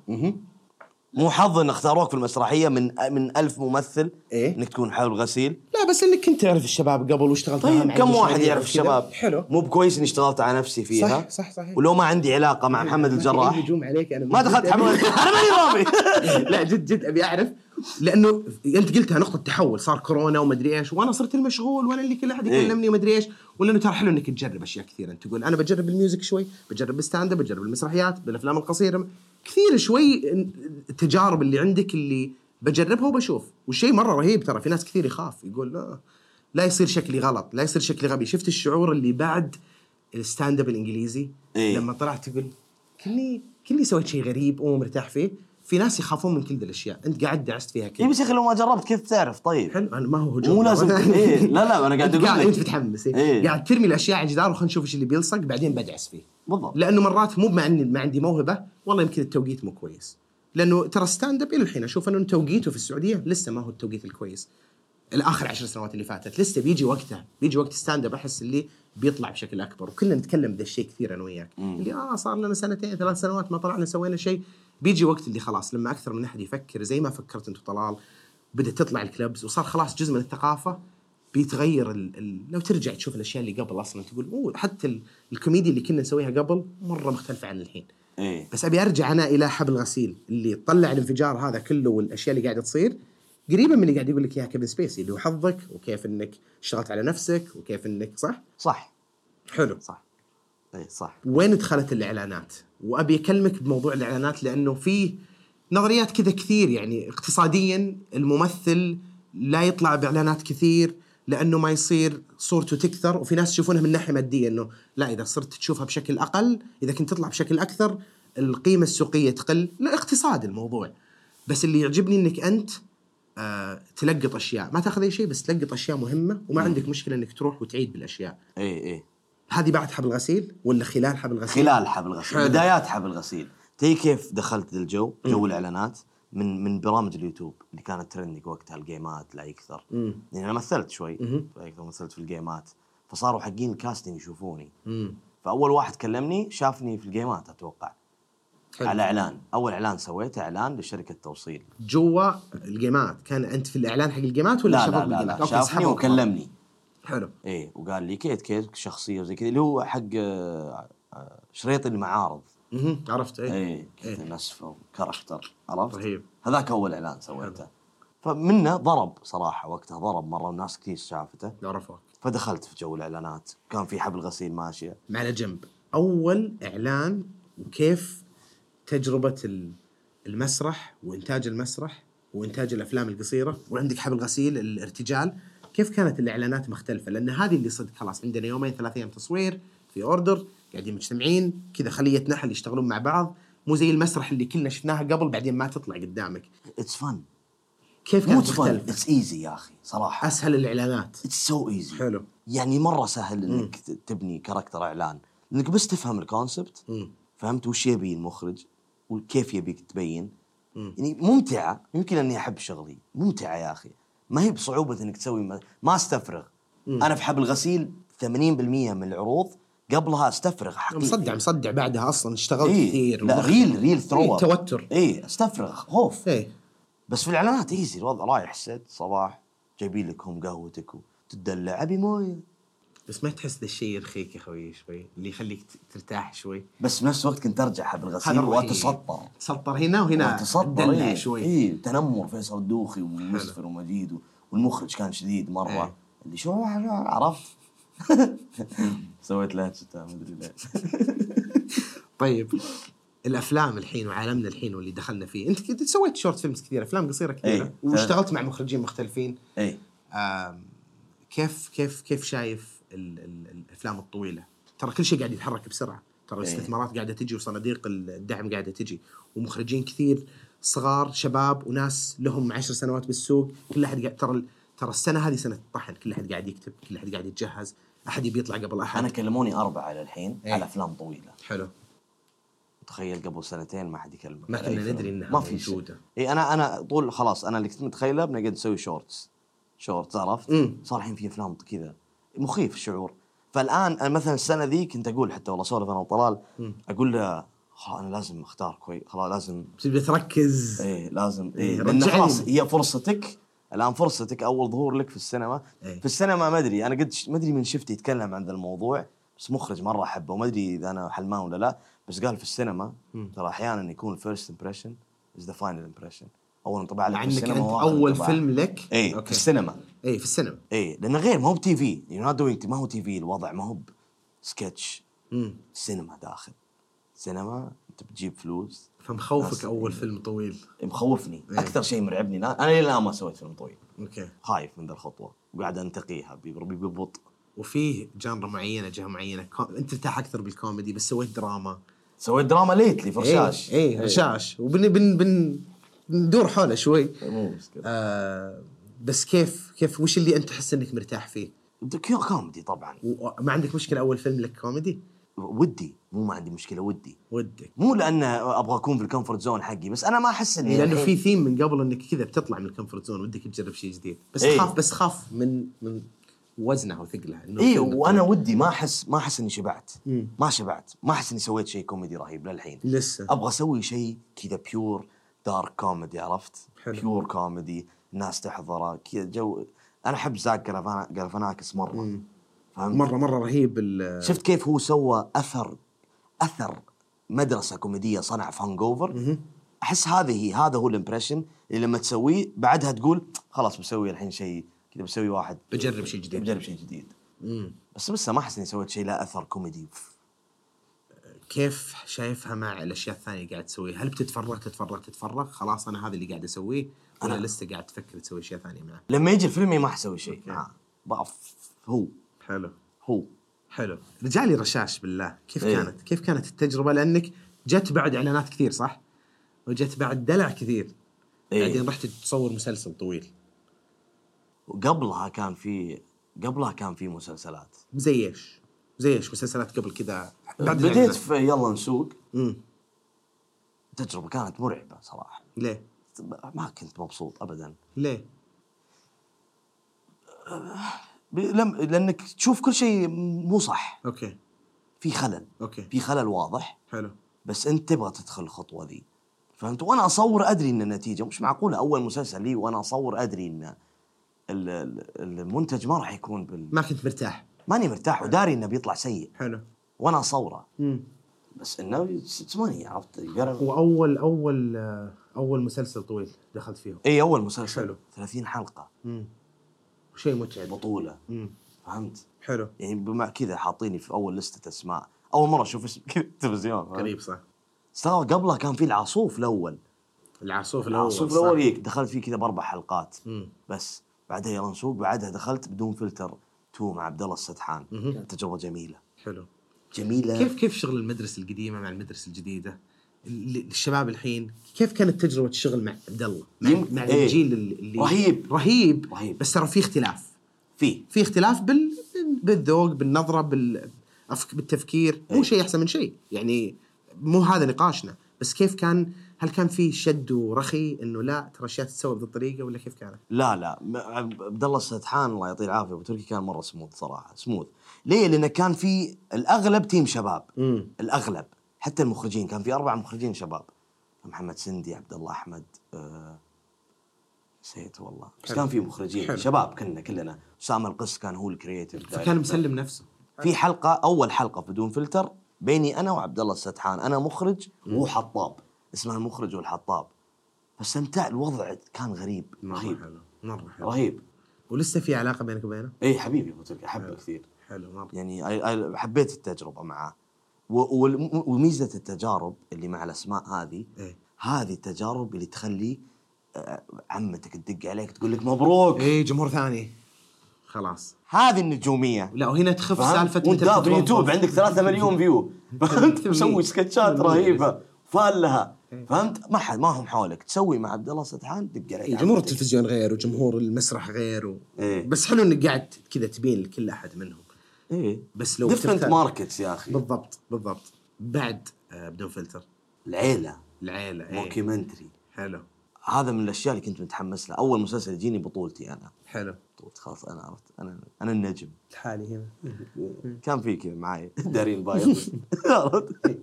Speaker 2: مو حظ ان اختاروك في المسرحيه من من ألف ممثل
Speaker 3: إيه.
Speaker 2: انك تكون حول غسيل
Speaker 3: لا بس انك كنت تعرف الشباب قبل واشتغلت
Speaker 2: طيب
Speaker 3: معاهم
Speaker 4: يعني
Speaker 3: على
Speaker 2: كم واحد
Speaker 3: مشاريع
Speaker 2: يعرف
Speaker 3: وكذا.
Speaker 2: الشباب؟
Speaker 3: حلو
Speaker 2: مو بكويس اني اشتغلت على نفسي فيها
Speaker 3: صح، صح، صحيح. إيه.
Speaker 2: ولو ما عندي علاقه مع محمد الجراح ما دخلت حمد انا ماني رامي
Speaker 3: لا جد جد ابي اعرف لانه انت قلتها نقطه تحول صار كورونا وما ادري ايش وانا صرت المشغول وانا اللي كل احد
Speaker 2: إيه.
Speaker 3: يكلمني وما ادري ايش ولا انه ترى حلو انك تجرب اشياء كثيره انت تقول انا بجرب الميوزك شوي بجرب الستاند اب بجرب المسرحيات بالافلام القصيره كثير شوي التجارب اللي عندك اللي بجربها وبشوف والشيء مره رهيب ترى في ناس كثير يخاف يقول لا لا يصير شكلي غلط لا يصير شكلي غبي شفت الشعور اللي بعد الستاند اب الانجليزي
Speaker 2: إيه.
Speaker 3: لما طلعت تقول كني كني سويت شيء غريب ومو مرتاح فيه في ناس يخافون من كل ذي الاشياء انت قاعد دعست فيها
Speaker 2: إيه
Speaker 3: كذا
Speaker 2: بس يا اخي لو ما جربت كيف تعرف طيب؟
Speaker 3: حلو انا ما هو هجوم
Speaker 2: مو لازم
Speaker 3: أنا-
Speaker 2: إيه، لا لا انا قاعد
Speaker 3: انت
Speaker 2: اقول
Speaker 3: قاعد
Speaker 2: لك
Speaker 3: انت متحمس إيه؟
Speaker 2: إيه.
Speaker 3: قاعد ترمي الاشياء على الجدار وخلينا نشوف ايش اللي بيلصق بعدين بدعس فيه
Speaker 2: بالضبط.
Speaker 3: لانه مرات مو مع اني ما عندي موهبه والله يمكن التوقيت مو كويس لانه ترى ستاند اب الى الحين اشوف انه توقيته في السعوديه لسه ما هو التوقيت الكويس الاخر عشر سنوات اللي فاتت لسه بيجي وقتها بيجي وقت ستاند اب احس اللي بيطلع بشكل اكبر وكلنا نتكلم ذا الشيء كثير انا وياك اللي اه صار لنا سنتين ثلاث سنوات ما طلعنا سوينا شيء بيجي وقت اللي خلاص لما اكثر من احد يفكر زي ما فكرت انت طلال بدات تطلع الكلبز وصار خلاص جزء من الثقافه بيتغير ال... ال... لو ترجع تشوف الاشياء اللي قبل اصلا تقول اوه حتى ال... الكوميديا اللي كنا نسويها قبل مره مختلفه عن الحين
Speaker 2: ايه
Speaker 3: بس ابي ارجع انا الى حبل غسيل اللي طلع الانفجار هذا كله والاشياء اللي قاعده تصير قريبه من اللي قاعد يقول لك اياها كيفن سبيسي اللي هو حظك وكيف انك اشتغلت على نفسك وكيف انك صح؟
Speaker 2: صح
Speaker 3: حلو
Speaker 2: صح ايه صح
Speaker 3: وين دخلت الاعلانات؟ وابي اكلمك بموضوع الاعلانات لانه فيه نظريات كذا كثير يعني اقتصاديا الممثل لا يطلع باعلانات كثير لانه ما يصير صورته تكثر وفي ناس يشوفونها من ناحيه ماديه انه لا اذا صرت تشوفها بشكل اقل اذا كنت تطلع بشكل اكثر القيمه السوقيه تقل لا اقتصاد الموضوع بس اللي يعجبني انك انت آه تلقط اشياء ما تاخذ اي شيء بس تلقط اشياء مهمه وما عندك مشكله انك تروح وتعيد بالاشياء
Speaker 2: ايه ايه
Speaker 3: هذه بعد حبل غسيل ولا خلال حبل غسيل؟
Speaker 2: خلال حبل غسيل
Speaker 3: حلو.
Speaker 2: بدايات حبل غسيل تي كيف دخلت ذا الجو جو الاعلانات من من برامج اليوتيوب اللي كانت ترندنج وقتها الجيمات لا يكثر يعني انا مثلت شوي لا يكثر مثلت في الجيمات فصاروا حقين الكاستنج يشوفوني فاول واحد كلمني شافني في الجيمات اتوقع
Speaker 3: حلو.
Speaker 2: على اعلان اول اعلان سويته اعلان لشركه توصيل
Speaker 3: جوا الجيمات كان انت في الاعلان حق الجيمات ولا
Speaker 2: لا
Speaker 3: شباب
Speaker 2: لا لا,
Speaker 3: بالجيمات؟
Speaker 2: لا
Speaker 3: أوكي،
Speaker 2: شافني
Speaker 3: سحبوا
Speaker 2: وكلمني
Speaker 3: حلو
Speaker 2: ايه وقال لي كيت كيت شخصيه وزي كذا اللي هو حق آه، آه، شريط المعارض
Speaker 3: مهم، عرفت ايه
Speaker 2: ايه كذا نسفه وكاركتر عرفت؟
Speaker 3: رهيب.
Speaker 2: هذاك اول اعلان سويته فمنه ضرب صراحه وقتها ضرب مره وناس كثير شافته
Speaker 3: عرفوك
Speaker 2: فدخلت في جو الاعلانات كان في حبل غسيل ماشيه
Speaker 3: على جنب اول اعلان وكيف تجربه ال- المسرح وانتاج المسرح وانتاج الافلام القصيره وعندك حبل غسيل الارتجال كيف كانت الاعلانات مختلفه لان هذه اللي صدق خلاص عندنا يومين ثلاث ايام تصوير في اوردر قاعدين مجتمعين كذا خليه نحل يشتغلون مع بعض مو زي المسرح اللي كلنا شفناها قبل بعدين ما تطلع قدامك
Speaker 2: اتس فن
Speaker 3: كيف
Speaker 2: مو
Speaker 3: كانت
Speaker 2: فن
Speaker 3: مختلفه
Speaker 2: اتس ايزي يا اخي صراحه
Speaker 3: اسهل الاعلانات
Speaker 2: اتس سو ايزي
Speaker 3: حلو.
Speaker 2: يعني مره سهل انك ت- تبني كاركتر اعلان انك بس تفهم الكونسبت فهمت وش يبي المخرج وكيف يبيك تبين يعني ممتعه يمكن اني احب شغلي ممتعه يا اخي ما هي بصعوبه انك تسوي ما, ما استفرغ انا في حبل غسيل 80% من العروض قبلها استفرغ حقيقي
Speaker 3: مصدع مصدع بعدها اصلا اشتغلت
Speaker 2: إيه.
Speaker 3: كثير
Speaker 2: لا
Speaker 3: ومخ-
Speaker 2: ريل ريل
Speaker 3: إيه،
Speaker 2: ثرو
Speaker 3: توتر
Speaker 2: اي استفرغ إيه، خوف
Speaker 3: ايه
Speaker 2: بس في الاعلانات ايزي الوضع رايح السد صباح جايبين لكم قهوتك وتدلع ابي مويه
Speaker 3: بس ما تحس ذا الشيء يرخيك يا خوي شوي اللي يخليك ت- ترتاح شوي
Speaker 2: بس بنفس الوقت كنت ارجع حبل
Speaker 3: هذا
Speaker 2: غسيل
Speaker 3: الرهيب.
Speaker 2: واتسطر
Speaker 3: سطر هنا وهنا
Speaker 2: واتسطر
Speaker 3: تدلع
Speaker 2: إيه.
Speaker 3: شوي
Speaker 2: اي تنمر فيصل الدوخي ومسفر ومجيد و- والمخرج كان شديد مره
Speaker 3: إيه.
Speaker 2: اللي شو شو- عرف سويت له شتاء ما ادري ليش
Speaker 3: طيب الافلام الحين وعالمنا الحين واللي دخلنا فيه انت كنت سويت شورت فيلمز كثيره افلام قصيره كثيره
Speaker 2: إيه.
Speaker 3: واشتغلت مع مخرجين مختلفين
Speaker 2: اي
Speaker 3: آم، كيف كيف كيف شايف ال ال الافلام الطويله؟ ترى كل شيء قاعد يتحرك بسرعه، ترى الاستثمارات قاعده تجي وصناديق الدعم قاعده تجي، ومخرجين كثير صغار شباب وناس لهم عشر سنوات بالسوق، كل احد قاعد ترى ترى السنه هذه سنه الطحن، كل احد قاعد يكتب، كل احد قاعد يتجهز، احد يبي يطلع قبل احد.
Speaker 2: انا كلموني اربعه على الحين
Speaker 3: إيه.
Speaker 2: على افلام طويله
Speaker 3: حلو
Speaker 2: تخيل قبل سنتين ما حد يكلمك
Speaker 3: ما
Speaker 2: على
Speaker 3: كنا
Speaker 2: أي فيلم.
Speaker 3: ندري إنها
Speaker 2: ما في
Speaker 3: موجودة.
Speaker 2: شيء. اي انا انا طول خلاص انا اللي كنت متخيله بنقعد نسوي شورتس شورتس عرفت؟
Speaker 3: مم.
Speaker 2: صار الحين في افلام كذا مخيف الشعور فالان انا مثلا السنه ذي كنت اقول حتى والله سولف انا وطلال اقول له خلاص انا لازم اختار كويس خلاص لازم
Speaker 3: تبي تركز
Speaker 2: ايه لازم ايه
Speaker 3: إيه،
Speaker 2: لان
Speaker 3: رجعني.
Speaker 2: خلاص هي فرصتك الان فرصتك اول ظهور لك في السينما
Speaker 3: إيه.
Speaker 2: في السينما ما ادري انا قد ش- ما ادري من شفت يتكلم عن ذا الموضوع بس مخرج مره احبه وما ادري اذا انا حلمان ولا لا بس قال في السينما ترى احيانا يكون الفيرست امبريشن از ذا فاينل امبريشن اول انطباع لك
Speaker 3: مع
Speaker 2: في
Speaker 3: انك
Speaker 2: السينما
Speaker 3: انت
Speaker 2: هو آخر
Speaker 3: اول
Speaker 2: انطباع.
Speaker 3: فيلم لك
Speaker 2: ايه في
Speaker 3: اوكي
Speaker 2: السينما
Speaker 3: ايه في السينما
Speaker 2: ايه لانه غير ما هو بتي في يو نوت دوينج ما هو تي في الوضع ما هو سكتش
Speaker 3: مم.
Speaker 2: سينما داخل سينما انت بتجيب فلوس
Speaker 3: فمخوفك
Speaker 2: ناس-
Speaker 3: اول فيلم طويل
Speaker 2: مخوفني
Speaker 3: إيه.
Speaker 2: اكثر شيء مرعبني انا أنا الى الان ما سويت فيلم طويل
Speaker 3: اوكي
Speaker 2: خايف من ذا الخطوه وقاعد انتقيها بب- ببطء
Speaker 3: وفيه جانرا معينه جهه معينه كو... انت ترتاح اكثر بالكوميدي بس سويت دراما
Speaker 2: سويت دراما ليتلي فرشاش
Speaker 3: اي إيه. رشاش وبن بن بن ندور حوله شوي
Speaker 2: مو مشكله
Speaker 3: آه بس كيف كيف وش اللي انت تحس انك مرتاح فيه؟
Speaker 2: كيو- كوميدي طبعا
Speaker 3: وما عندك مشكله اول فيلم لك كوميدي؟
Speaker 2: ودي مو ما عندي مشكله ودي
Speaker 3: ودك
Speaker 2: مو لان ابغى اكون في الكومفورت زون حقي بس انا ما احس اني
Speaker 3: لانه
Speaker 2: الحين-
Speaker 3: في ثيم من قبل انك كذا بتطلع من الكمفورت زون ودك تجرب شيء جديد بس
Speaker 2: إيه.
Speaker 3: تخاف بس تخاف من من وزنها وثقلها إنه
Speaker 2: اي
Speaker 3: فيلم
Speaker 2: وانا
Speaker 3: طويل.
Speaker 2: إيه، ودي ما احس ما احس اني شبعت ما شبعت ما احس اني سويت شيء كوميدي رهيب للحين
Speaker 3: لسه.
Speaker 2: ابغى اسوي شيء كذا بيور دارك كوميدي عرفت
Speaker 3: حلو.
Speaker 2: بيور كوميدي الناس تحضره كذا جو انا احب زاك جلافانا- جلافاناكس مره فهمت
Speaker 3: مره مره رهيب ال-
Speaker 2: شفت كيف هو سوى اثر اثر مدرسه كوميديه صنع في هانجوفر احس هذه هي هذا هو الامبريشن اللي لما تسويه بعدها تقول خلاص بسوي الحين شيء كذا بسوي واحد
Speaker 3: بجرب شيء جديد.
Speaker 2: بجرب شيء جديد بس لسه ما احس اني سويت شيء له اثر كوميدي
Speaker 3: كيف شايفها مع الاشياء الثانيه اللي قاعد تسويها؟ هل بتتفرغ تتفرغ تتفرغ خلاص انا هذا اللي قاعد اسويه ولا أنا. لسه قاعد تفكر تسوي اشياء ثانيه معه؟
Speaker 2: لما يجي الفيلم ما حسوي شيء معاه بقف هو
Speaker 3: حلو
Speaker 2: هو
Speaker 3: حلو رجع لي رشاش بالله كيف
Speaker 2: إيه.
Speaker 3: إيه؟ كانت؟ كيف كانت التجربه لانك جت بعد اعلانات كثير صح؟ وجت بعد دلع كثير
Speaker 2: إيه.
Speaker 3: إيه؟ بعدين رحت تصور مسلسل طويل
Speaker 2: وقبلها كان في قبلها كان في مسلسلات
Speaker 3: زي ايش؟ زي ايش مسلسلات قبل كذا بعد
Speaker 2: بديت
Speaker 3: الإعلانات.
Speaker 2: في يلا نسوق
Speaker 3: مم.
Speaker 2: تجربه كانت مرعبه صراحه
Speaker 3: ليه؟
Speaker 2: ما كنت مبسوط ابدا
Speaker 3: ليه؟
Speaker 2: ب- لم لانك تشوف كل شيء مو صح
Speaker 3: اوكي
Speaker 2: في خلل
Speaker 3: أوكي.
Speaker 2: في خلل واضح
Speaker 3: حلو
Speaker 2: بس انت تبغى تدخل الخطوه ذي فهمت وانا اصور ادري ان النتيجه مش معقوله اول مسلسل لي وانا اصور ادري ان ال- ال- المنتج ما راح يكون بال...
Speaker 3: ما كنت مرتاح
Speaker 2: ماني مرتاح وداري انه بيطلع سيء
Speaker 3: حلو
Speaker 2: وانا اصوره
Speaker 3: مم.
Speaker 2: بس انه اتس ماني عرفت يقرب.
Speaker 3: واول اول آه، اول مسلسل طويل دخلت فيه
Speaker 2: اي اول مسلسل
Speaker 3: حلو.
Speaker 2: 30 حلقه
Speaker 3: شيء متعب
Speaker 2: بطوله فهمت
Speaker 3: حلو
Speaker 2: يعني بما كذا حاطيني في اول لسته اسماء اول مره اشوف اسم كذا التلفزيون
Speaker 3: غريب صح
Speaker 2: استغرب قبلها كان في العاصوف الاول
Speaker 3: العاصوف الاول
Speaker 2: العاصوف
Speaker 3: صح.
Speaker 2: الاول يك دخلت فيه كذا باربع حلقات
Speaker 3: مم.
Speaker 2: بس بعدها يلا نسوق بعدها دخلت بدون فلتر تو مع عبد الله السدحان كانت تجربه جميله
Speaker 3: حلو
Speaker 2: جميله
Speaker 3: كيف كيف شغل المدرسه القديمه مع المدرسه الجديده؟ ال- الشباب الحين كيف كانت تجربه الشغل مع عبد الله؟ مع,
Speaker 2: يمكن-
Speaker 3: مع
Speaker 2: إيه.
Speaker 3: الجيل اللي
Speaker 2: رهيب.
Speaker 3: رهيب
Speaker 2: رهيب.
Speaker 3: بس ترى في اختلاف
Speaker 2: في
Speaker 3: في اختلاف بال... بالذوق بالنظره بال... أفك- بالتفكير
Speaker 2: إيه.
Speaker 3: مو شيء احسن من شيء يعني مو هذا نقاشنا بس كيف كان هل كان في شد ورخي انه لا ترى اشياء تتسوى بهذه الطريقه ولا كيف كانت؟
Speaker 2: لا لا م- عب- عبد الله السدحان الله يعطيه العافيه ابو تركي كان مره سموث صراحه سموث ليه؟ لانه كان في الاغلب تيم شباب
Speaker 3: مم.
Speaker 2: الاغلب حتى المخرجين كان في اربع مخرجين شباب محمد سندي عبد الله احمد آه، نسيت والله بس كان في مخرجين
Speaker 3: حلو.
Speaker 2: شباب كنا كلنا اسامه القس كان هو الكرييتيف
Speaker 3: فكان مسلم نفسه
Speaker 2: في حلقه اول حلقه بدون فلتر بيني انا وعبد الله السدحان انا مخرج وهو حطاب اسمها المخرج والحطاب فاستمتع الوضع كان غريب رهيب
Speaker 3: حلو مره حلو
Speaker 2: رهيب
Speaker 3: ولسه في علاقه بينك وبينه؟
Speaker 2: اي حبيبي ابو تركي احبه كثير
Speaker 3: حلو مره
Speaker 2: يعني I- I- حبيت التجربه معاه و- وال- وميزه التجارب اللي مع الاسماء هذه
Speaker 3: إيه.
Speaker 2: هذه التجارب اللي تخلي آه، عمتك تدق عليك تقول لك مبروك
Speaker 3: ايه جمهور ثاني خلاص
Speaker 2: هذه النجوميه
Speaker 3: لا وهنا تخف سالفه
Speaker 2: وانت
Speaker 3: متى
Speaker 2: في يوتيوب
Speaker 3: تتوظف.
Speaker 2: عندك 3 مليون فيو فهمت مسوي سكتشات رهيبه فالها فهمت ما حد ما هم حولك تسوي مع عبد الله سدحان دق عليك
Speaker 3: إيه، جمهور
Speaker 2: عمتك.
Speaker 3: التلفزيون غير وجمهور المسرح غير و...
Speaker 2: إيه.
Speaker 3: بس حلو انك قاعد كذا تبين لكل احد منهم
Speaker 2: ايه
Speaker 3: بس لو
Speaker 2: ديفرنت
Speaker 3: تختار-
Speaker 2: ماركتس يا اخي
Speaker 3: بالضبط بالضبط بعد آه بدون فلتر
Speaker 2: العيله
Speaker 3: العيله
Speaker 2: إيه.
Speaker 3: ايه.
Speaker 2: موكيومنتري
Speaker 3: حلو
Speaker 2: هذا من الاشياء اللي كنت متحمس لها اول مسلسل يجيني بطولتي انا
Speaker 3: حلو
Speaker 2: بطولتي خلاص انا عرفت انا انا النجم
Speaker 3: لحالي هنا
Speaker 2: كان في كذا معاي دارين بايض عرفت؟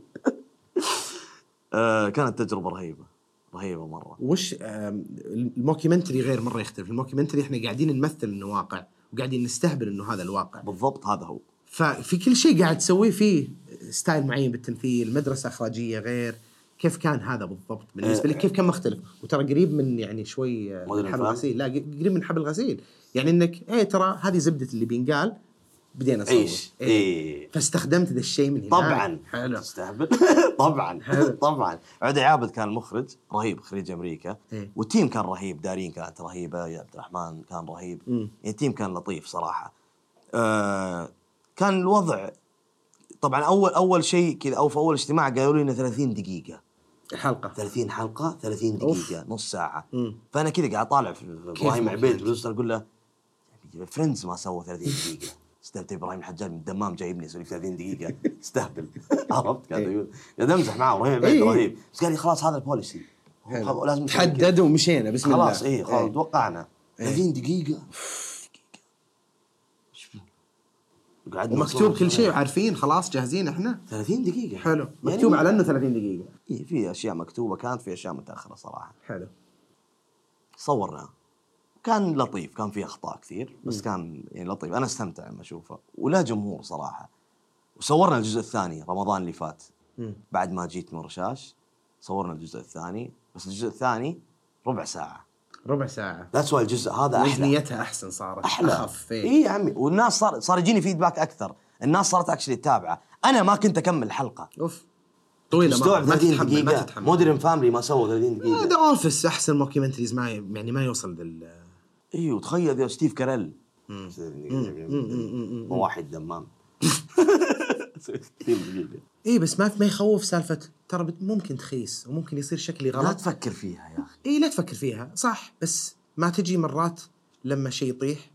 Speaker 2: آه، كانت تجربه رهيبه رهيبه مره
Speaker 3: وش آم، الموكيمنتري غير مره يختلف الموكيمنتري احنا قاعدين نمثل انه واقع وقاعدين نستهبل انه هذا الواقع
Speaker 2: بالضبط هذا هو
Speaker 3: ففي كل شيء قاعد تسويه فيه ستايل معين بالتمثيل مدرسه اخراجيه غير كيف كان هذا بالضبط بالنسبه لك كيف كان مختلف وترى قريب من يعني شوي آه،
Speaker 2: أه. مودرن
Speaker 3: حبل
Speaker 2: فام؟
Speaker 3: غسيل لا قريب من حبل غسيل يعني انك ايه ترى هذه زبده اللي بينقال بدينا نصور
Speaker 2: ايش؟ ايه
Speaker 3: فاستخدمت ذا الشيء من هنا
Speaker 2: طبعا
Speaker 3: يعني نعم. حلو
Speaker 2: تستهبل طبعا طبعا عدي عابد كان المخرج رهيب خريج امريكا
Speaker 3: إيه.
Speaker 2: والتيم كان رهيب دارين كانت رهيبه يا عبد الرحمن كان رهيب يعني التيم كان لطيف صراحه آه كان الوضع طبعا اول اول شيء كذا او في اول اجتماع قالوا لي انه 30 دقيقه
Speaker 3: الحلقه
Speaker 2: 30 حلقه 30
Speaker 3: أوف.
Speaker 2: دقيقه نص ساعه
Speaker 3: مم.
Speaker 2: فانا كذا قاعد اطالع في في ابراهيم
Speaker 3: كيف
Speaker 2: عبيد
Speaker 3: كانت؟
Speaker 2: برودوسر اقول له فريندز ما سوى 30 دقيقه استهبل ابراهيم الحجاج من الدمام جايبني يسوي لك 30 دقيقه استهبل عرفت قاعد يقول قاعد امزح معه ابراهيم
Speaker 3: إيه،
Speaker 2: عبيد
Speaker 3: إيه.
Speaker 2: رهيب بس قال لي خلاص هذا البوليسي هو خلاص لازم نسوي كذا.
Speaker 3: تحدد ومشينا بسم الله إيه.
Speaker 2: خلاص اي خلاص توقعنا 30 دقيقه قعدنا
Speaker 3: ومكتوب كل شيء وعارفين خلاص جاهزين احنا
Speaker 2: 30 دقيقه
Speaker 3: حلو
Speaker 2: يعني
Speaker 3: مكتوب على انه 30 دقيقه
Speaker 2: إيه، في اشياء مكتوبه كانت في اشياء متاخره صراحه
Speaker 3: حلو
Speaker 2: صورناه كان لطيف كان فيه اخطاء كثير بس كان يعني لطيف انا استمتع لما اشوفه ولا جمهور صراحه وصورنا الجزء الثاني رمضان اللي فات بعد ما جيت من رشاش صورنا الجزء الثاني بس الجزء الثاني ربع ساعه
Speaker 3: ربع ساعه
Speaker 2: ذاتس واي الجزء هذا احلى
Speaker 3: وزنيتها احسن صارت
Speaker 2: احلى
Speaker 3: اخف إيه.
Speaker 2: اي يا عمي والناس صار صار يجيني فيدباك اكثر الناس صارت اكشلي تتابعه انا ما كنت اكمل حلقه
Speaker 3: اوف طويله مرة،
Speaker 2: مستوعب
Speaker 3: ما
Speaker 2: 30
Speaker 3: تتحمل ما
Speaker 2: دقيقه
Speaker 3: تتحمل آه،
Speaker 2: مودرن فاملي ما سووا 30 دقيقه
Speaker 3: ذا اوفيس احسن موكيومنتريز ما يعني ما يوصل لل
Speaker 2: ايوه تخيل يا ستيف كاريل ضواحي الدمام
Speaker 3: اي إيه، بس ما ما يخوف سالفه ترى بت- ممكن تخيس وممكن يصير شكلي
Speaker 2: لا
Speaker 3: غلط
Speaker 2: تفكر فيها يا اخي
Speaker 3: اي لا تفكر فيها صح بس ما تجي مرات لما شيء يطيح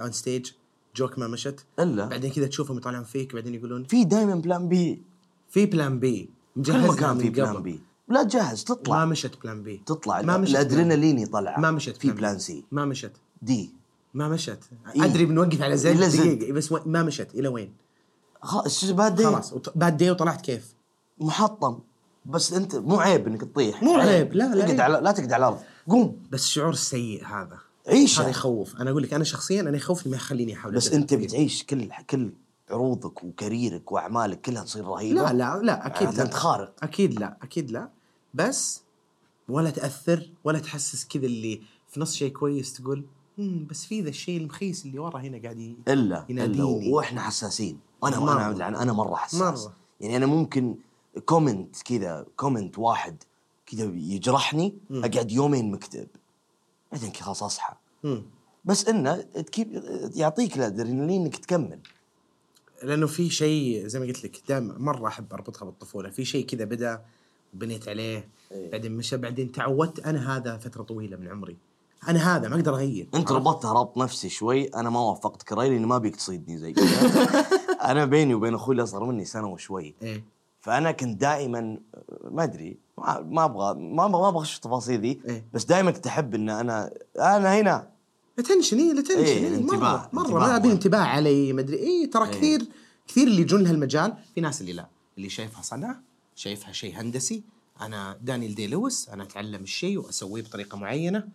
Speaker 3: اون ستيج جوك ما مشت
Speaker 2: إلا.
Speaker 3: بعدين كذا تشوفهم يطالعون فيك بعدين يقولون
Speaker 2: في دائما بلان بي
Speaker 3: في بلان بي
Speaker 2: كل
Speaker 3: مجهز
Speaker 2: مكان في بلان بي لا تجهز
Speaker 3: ما
Speaker 2: تطلع
Speaker 3: مشت بلان بي
Speaker 2: تطلع
Speaker 3: ما مشت
Speaker 2: الادرينالين يطلع
Speaker 3: ما مشت
Speaker 2: في بلان سي
Speaker 3: ما مشت
Speaker 2: دي
Speaker 3: ما مشت
Speaker 2: إيه.
Speaker 3: ادري بنوقف على زد
Speaker 2: إلى زد.
Speaker 3: دقيقه بس وين- ما مشت الى وين
Speaker 2: خلاص بعد
Speaker 3: خلاص وط- بعد دي وطلعت كيف
Speaker 2: محطم بس انت مو عيب انك تطيح
Speaker 3: مو عيب، لا، لا
Speaker 2: تقعد
Speaker 3: عيب.
Speaker 2: على لا تقعد على الارض قوم
Speaker 3: بس الشعور السيء هذا
Speaker 2: عيشه.
Speaker 3: هذا يخوف انا اقول لك انا شخصيا انا يخوفني ما يخليني احاول
Speaker 2: بس
Speaker 3: أجرب.
Speaker 2: انت بتعيش كل كل عروضك وكاريرك واعمالك كلها تصير رهيبه
Speaker 3: لا لا لا اكيد
Speaker 2: معناته
Speaker 3: لا
Speaker 2: انت خارق
Speaker 3: اكيد لا اكيد لا بس ولا تاثر ولا تحسس كذا اللي في نص شيء كويس تقول "مم، بس في ذا الشيء المخيس اللي ورا هنا قاعد ي-
Speaker 2: الا الا
Speaker 3: يناديني
Speaker 2: واحنا حساسين انا
Speaker 3: مرة.
Speaker 2: انا لعن- انا مره حساس
Speaker 3: مرة.
Speaker 2: يعني انا ممكن كومنت كذا كومنت واحد كذا يجرحني اقعد يومين مكتئب بعدين كذا خلاص اصحى بس انه تكيب يعطيك الادرينالين انك تكمل
Speaker 3: لانه في شيء زي ما قلت لك دائما مره احب اربطها بالطفوله في شيء كذا بدا بنيت عليه بعدين مشى بعدين تعودت انا هذا فتره طويله من عمري انا هذا ما اقدر اغير
Speaker 2: انت ربطتها ربط نفسي شوي انا ما وافقتك راي لاني ما بيك تصيدني زي كذا انا بيني وبين اخوي اللي اصغر مني سنه وشوي
Speaker 3: ايه
Speaker 2: فانا كنت دائما ما ادري ما ما ابغى ما ما ابغى اخش التفاصيل ذي
Speaker 3: إيه.
Speaker 2: بس دائما كنت احب ان انا انا هنا
Speaker 3: اتنشن اي الاتنشن
Speaker 2: إيه،
Speaker 3: إيه مره
Speaker 2: الانتباه،
Speaker 3: مره
Speaker 2: انتباه
Speaker 3: ما ابي
Speaker 2: مهم.
Speaker 3: انتباه علي ما ادري اي ترى
Speaker 2: إيه.
Speaker 3: كثير كثير اللي يجون لهالمجال في ناس اللي لا اللي شايفها صنعه شايفها شيء هندسي انا دانيال دي لويس انا اتعلم الشيء واسويه بطريقه معينه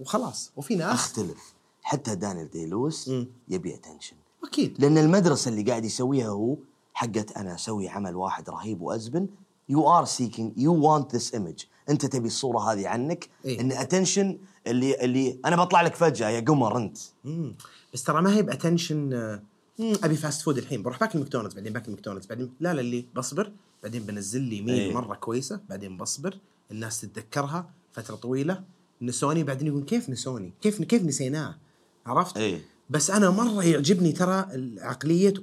Speaker 3: وخلاص وفي ناس
Speaker 2: اختلف حتى دانيال دي لويس يبي اتنشن
Speaker 3: اكيد
Speaker 2: لان المدرسه اللي قاعد يسويها هو حقت انا اسوي عمل واحد رهيب وازبن يو ار سيكينج يو وانت ذس ايمج انت تبي الصوره هذه عنك
Speaker 3: إيه.
Speaker 2: ان اتنشن اللي اللي انا بطلع لك فجاه يا قمر انت
Speaker 3: مم. بس ترى ما هي باتنشن آه، مم، ابي فاست فود الحين بروح باكل ماكدونالدز بعدين باكل ماكدونالدز بعدين لا لا اللي بصبر بعدين بنزل لي ميل
Speaker 2: إيه.
Speaker 3: مره كويسه بعدين بصبر الناس تتذكرها فتره طويله نسوني بعدين يقول كيف نسوني؟ كيف كيف نسيناه؟ عرفت؟
Speaker 2: إيه.
Speaker 3: بس انا مره يعجبني ترى عقليه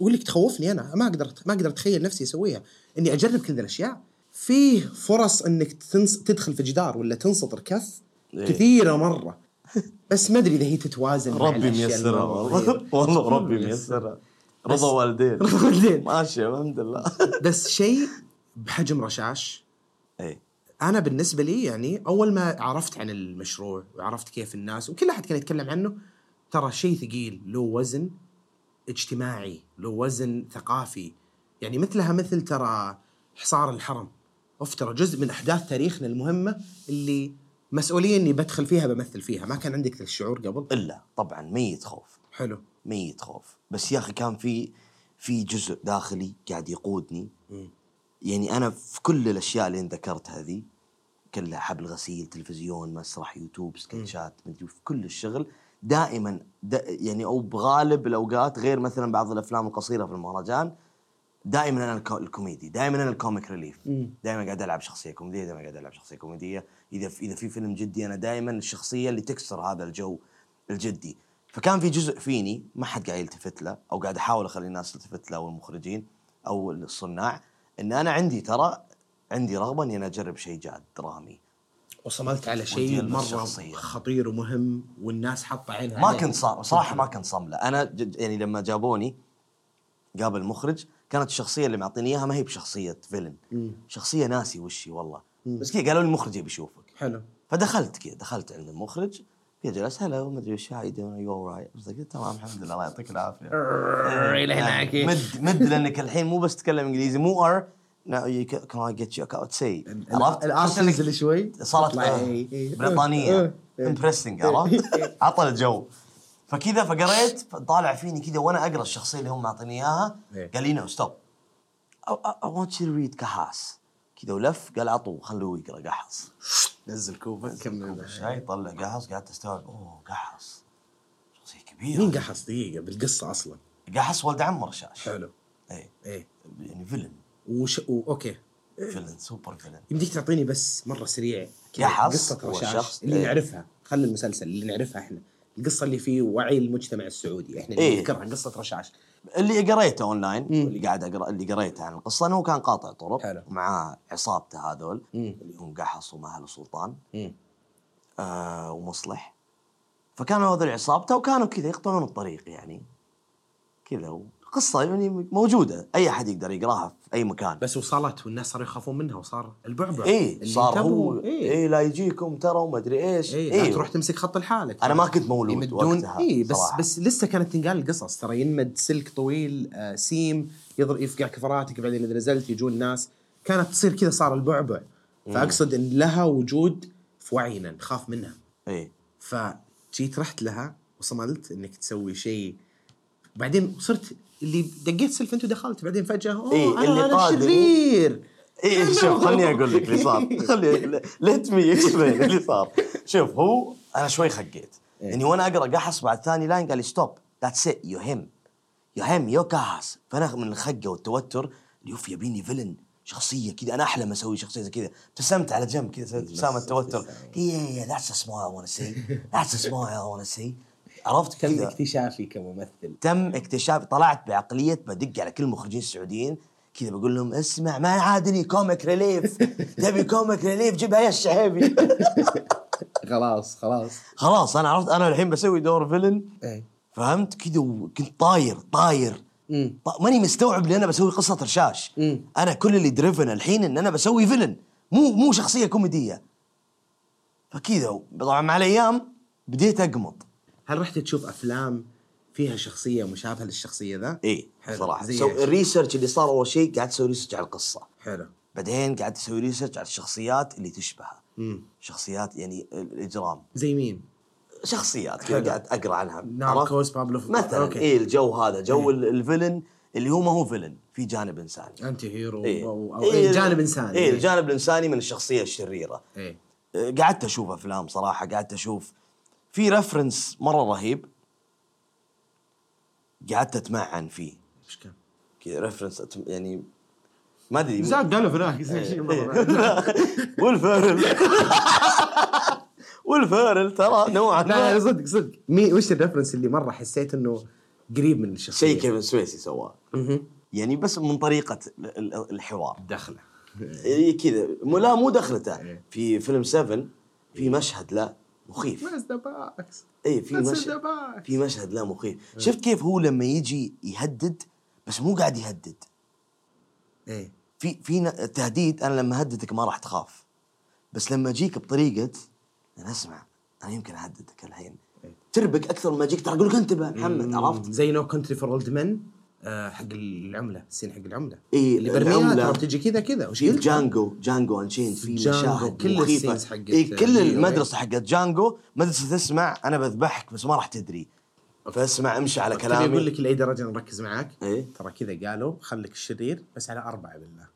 Speaker 3: واللي تخوفني انا ما اقدر ما اقدر اتخيل نفسي اسويها اني اجرب كل ذي الاشياء فيه فرص انك تنص تدخل في جدار ولا تنسطر كف
Speaker 2: إيه.
Speaker 3: كثيرة مرة بس ما ادري اذا هي تتوازن مع
Speaker 2: ربي
Speaker 3: الأشياء
Speaker 2: ميسرها
Speaker 3: المرة
Speaker 2: والله
Speaker 3: الغريبة.
Speaker 2: والله ربي ميسرها رضا والدين
Speaker 3: رضا والدين.
Speaker 2: ماشي الحمد لله
Speaker 3: بس شيء بحجم رشاش
Speaker 2: اي
Speaker 3: انا بالنسبه لي يعني اول ما عرفت عن المشروع وعرفت كيف الناس وكل احد كان يتكلم عنه ترى شيء ثقيل له وزن اجتماعي له وزن ثقافي يعني مثلها مثل ترى حصار الحرم اوف ترى جزء من احداث تاريخنا المهمه اللي مسؤوليه اني بدخل فيها بمثل فيها ما كان عندك ذا الشعور قبل
Speaker 2: الا طبعا ميت خوف
Speaker 3: حلو
Speaker 2: ميت خوف بس يا اخي كان في في جزء داخلي قاعد يقودني يعني انا في كل الاشياء اللي أنت ذكرتها هذه كلها حبل غسيل تلفزيون مسرح يوتيوب سكتشات مدري في كل الشغل دائما دا يعني او بغالب الاوقات غير مثلا بعض الافلام القصيره في المهرجان دائما انا الكو- الكوميدي دائما انا الكوميك ريليف دائما قاعد العب شخصيه كوميديه دائما قاعد العب شخصيه كوميديه اذا في اذا في فيلم جدي انا دائما الشخصيه اللي تكسر هذا الجو الجدي فكان في جزء فيني ما حد قاعد يلتفت له او قاعد احاول اخلي الناس تلتفت له او المخرجين او الصناع ان انا عندي ترى عندي رغبه اني انا اجرب شيء جاد درامي
Speaker 3: وصملت على
Speaker 2: ودي
Speaker 3: شيء مره
Speaker 2: الشخصية.
Speaker 3: خطير ومهم والناس حاطه عينها
Speaker 2: ما
Speaker 3: عليه.
Speaker 2: كنت صام صراحه ما كنت صامله انا جد يعني لما جابوني قابل المخرج كانت الشخصيه اللي معطيني اياها ما هي بشخصيه فيلن شخصيه ناسي وشي والله بس كذا قالوا لي المخرج يبي يشوفك
Speaker 3: حلو
Speaker 2: فدخلت كذا دخلت عند المخرج كذا جلس هلا ما ادري وش هاي يو رايت تمام الحمد لله الله يعطيك العافيه
Speaker 3: الى هناك
Speaker 2: مد مد لانك الحين مو بس تتكلم انجليزي مو ار كان اي جيت يو اوت سي
Speaker 3: الارت
Speaker 2: عرفت عشان إنك
Speaker 3: نزل شوي
Speaker 2: صارت
Speaker 3: تطلع إيه، إيه.
Speaker 2: بريطانيه
Speaker 3: إيه، إيه.
Speaker 2: امبرسنج عرفت عطى الجو فكذا فقريت طالع فيني كذا وانا اقرا الشخصيه اللي هم معطيني اياها
Speaker 3: إيه.
Speaker 2: قال لي نو ستوب اي ونت يو ريد كحاس كذا ولف قال عطوه خلوه يقرا قحص
Speaker 3: نزل كوبك
Speaker 2: كوب
Speaker 3: كمل
Speaker 2: الشاي طلع قحص قعدت استوعب اوه قحص شخصيه
Speaker 3: مين
Speaker 2: كبيره
Speaker 3: قحص دقيقه بالقصه اصلا
Speaker 2: قحص ولد عم رشاش
Speaker 3: حلو
Speaker 2: ايه
Speaker 3: ايه
Speaker 2: يعني فيلن
Speaker 3: وش و... اوكي
Speaker 2: فيلن سوبر فيلن
Speaker 3: يمديك تعطيني بس مره سريع كذا
Speaker 2: قحص
Speaker 3: قصه
Speaker 2: هو
Speaker 3: رشاش
Speaker 2: شخص-
Speaker 3: اللي
Speaker 2: إيه.
Speaker 3: نعرفها خلي المسلسل اللي نعرفها احنا القصه اللي فيه وعي المجتمع السعودي احنا اللي
Speaker 2: إيه.
Speaker 3: نذكرها قصه رشاش
Speaker 2: اللي قريته اونلاين اللي قاعد اقرا اللي قريته عن القصه انه هو كان قاطع
Speaker 3: حلو.
Speaker 2: طرق ومعاه عصابته هذول اللي هم قحص ومهل سلطان آه ومصلح فكانوا هذول عصابته وكانوا كذا يقطعون الطريق يعني كذا قصة يعني موجودة أي أحد يقدر يقراها في أي مكان
Speaker 3: بس وصلت والناس صاروا يخافون منها وصار البعبع
Speaker 2: إيه
Speaker 3: اللي
Speaker 2: صار هو
Speaker 3: انتبهوا.
Speaker 2: إيه, لا يجيكم ترى وما أدري إيش
Speaker 3: اي
Speaker 2: إيه.
Speaker 3: لا تروح تمسك خط لحالك
Speaker 2: أنا ما كنت مولود
Speaker 3: يمدون
Speaker 2: وقتها
Speaker 3: اي بس
Speaker 2: صراحة.
Speaker 3: بس لسه كانت تنقال القصص ترى ينمد سلك طويل آه سيم يضرب يفقع كفراتك بعدين اذا نزلت يجون ناس كانت تصير كذا صار البعبع
Speaker 2: إيه.
Speaker 3: فاقصد ان لها وجود في وعينا نخاف منها
Speaker 2: إيه
Speaker 3: فجيت رحت لها وصملت انك تسوي شيء بعدين صرت اللي دقيت سلف انت ودخلت بعدين فجاه اوه
Speaker 2: إيه،
Speaker 3: انا,
Speaker 2: اللي
Speaker 3: أنا
Speaker 2: طالع.
Speaker 3: شرير
Speaker 2: ايه
Speaker 3: أنا-
Speaker 2: شوف خليني اقول لك اللي صار خليني ليت مي اكسبلين اللي صار شوف هو انا شوي خقيت اني وانا اقرا قحص بعد ثاني لاين قال لي ستوب ذاتس ات يو هيم يو هيم يو قحص فانا من الخقه والتوتر اللي يوف يبيني فيلن شخصيه كذا انا احلم اسوي شخصيه زي كذا ابتسمت على جنب كذا سويت ابتسامه توتر يا يا ذاتس سمايل وانا سي ذاتس سمايل وانا سي عرفت
Speaker 4: تم
Speaker 2: كذا
Speaker 4: اكتشافي كممثل
Speaker 2: تم اكتشاف طلعت بعقليه بدق على كل المخرجين السعوديين كذا بقول لهم اسمع ما عادني كوميك ريليف تبي كوميك ريليف جيبها يا الشهيبي
Speaker 4: خلاص خلاص
Speaker 2: خلاص انا عرفت انا الحين بسوي دور فيلن
Speaker 4: ايه
Speaker 2: فهمت كذا وكنت طاير طاير
Speaker 4: مم.
Speaker 2: ط- ماني مستوعب لان انا بسوي قصه رشاش
Speaker 4: مم.
Speaker 2: انا كل اللي دريفن الحين ان انا بسوي فيلن مو مو شخصيه كوميديه فكذا طبعا مع الايام بديت اقمط
Speaker 3: هل رحت تشوف افلام فيها شخصيه مشابهه للشخصيه ذا؟
Speaker 2: اي
Speaker 3: حلو.
Speaker 2: صراحه
Speaker 3: زي
Speaker 2: إيه، سو
Speaker 3: إيش؟
Speaker 2: الريسيرش اللي صار اول شيء قاعد اسوي ريسيرش على القصه
Speaker 3: حلو
Speaker 2: بعدين قاعد اسوي ريسيرش على الشخصيات اللي تشبهها شخصيات يعني ال- الاجرام
Speaker 3: زي مين؟
Speaker 2: شخصيات كذا قاعد اقرا عنها
Speaker 3: ناركوس، نعم، بابلو فو-
Speaker 2: مثلا
Speaker 3: أوكي. إيه.
Speaker 2: اي الجو هذا جو ال- الفيلن اللي هو ما هو فيلن في جانب انساني
Speaker 3: انتي هيرو
Speaker 2: إيه.
Speaker 3: او, أو
Speaker 2: إيه،
Speaker 3: إيه جانب انساني
Speaker 2: اي الجانب الانساني من الشخصيه الشريره
Speaker 3: إيه.
Speaker 2: آه، قعدت اشوف افلام صراحه قعدت اشوف في رفرنس مره رهيب قعدت اتمعن فيه
Speaker 3: ايش كان؟
Speaker 2: كذا رفرنس أتم... يعني ما ادري
Speaker 3: زاد قالوا
Speaker 2: إيه،
Speaker 3: فراق
Speaker 2: والفارل والفارل ترى نوعا
Speaker 3: لا لا
Speaker 2: ما
Speaker 3: صدق صدق مي وش الريفرنس اللي مره حسيت انه قريب من الشخصيه؟
Speaker 2: شيء كيفن سويسي سواه يعني بس من طريقه ال- ال- الحوار
Speaker 3: دخله
Speaker 2: إيه كذا مو لا مو دخلته في فيلم 7 في مشهد لا مخيف
Speaker 3: ذا باكس؟
Speaker 2: اي إيه، في
Speaker 3: بس
Speaker 2: مشهد
Speaker 3: الدباك.
Speaker 2: في مشهد لا مخيف
Speaker 3: إيه.
Speaker 2: شفت كيف هو لما يجي يهدد بس مو قاعد يهدد
Speaker 3: ايه
Speaker 2: في في ن- تهديد انا لما هددك ما راح تخاف بس لما اجيك بطريقه انا اسمع انا يمكن اهددك الحين
Speaker 3: إيه.
Speaker 2: تربك اكثر ما اجيك ترى اقول لك انتبه محمد عرفت؟
Speaker 3: زي نو كونتري فور اولد مان آه، حق العمله السين حق العمله
Speaker 2: إيه،
Speaker 3: اللي برميها
Speaker 2: العملة.
Speaker 3: ترى بتجي كذا كذا وش
Speaker 2: في
Speaker 3: قلت؟
Speaker 2: جانجو جانجو انشين في
Speaker 3: جانجو،
Speaker 2: مشاهد
Speaker 3: كل
Speaker 2: مخيفة.
Speaker 3: الscenes حقت-
Speaker 2: إيه كل
Speaker 3: آه،
Speaker 2: المدرسه حقت جانجو مدرسه تسمع انا بذبحك بس ما راح تدري فاسمع امشي على
Speaker 3: تبي
Speaker 2: كلامي
Speaker 3: اقول لك لاي درجه نركز معاك؟
Speaker 2: إيه.
Speaker 3: ترى كذا قالوا خليك الشرير بس على اربعه بالله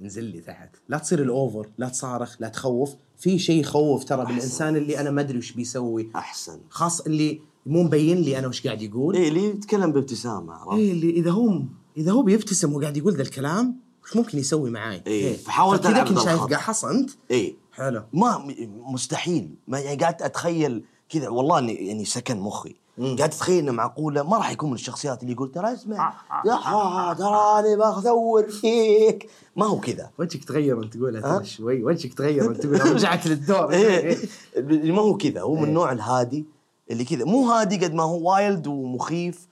Speaker 3: انزل لي تحت لا تصير الاوفر لا تصارخ لا تخوف في شيء يخوف ترى بالانسان اللي انا ما ادري وش بيسوي
Speaker 2: احسن
Speaker 3: خاص اللي مو مبين لي انا وش قاعد يقول
Speaker 2: ايه اللي يتكلم بابتسامه عرفت؟
Speaker 3: ايه اللي اذا هو اذا هو بيبتسم وقاعد يقول ذا الكلام وش ممكن يسوي معاي؟
Speaker 2: إيه، فحاولت
Speaker 3: فكذا
Speaker 2: ألعب
Speaker 3: كنت
Speaker 2: ذا
Speaker 3: شايف
Speaker 2: الخط.
Speaker 3: قاع حصنت
Speaker 2: ايه
Speaker 3: حلو
Speaker 2: ما م- مستحيل ما يعني قاعد اتخيل كذا والله اني يعني سكن مخي قاعد اتخيل انه معقوله ما راح يكون من الشخصيات اللي يقول ترى اسمع
Speaker 3: آه،
Speaker 2: يا تراني بخثور فيك ما هو كذا
Speaker 3: وجهك تغير وانت تقولها ترى شوي وجهك تغير وانت تقول رجعت للدور إيه.
Speaker 2: ايه اللي ما هو كذا هو من النوع الهادي اللي كذا مو هادي قد ما هو وايلد ومخيف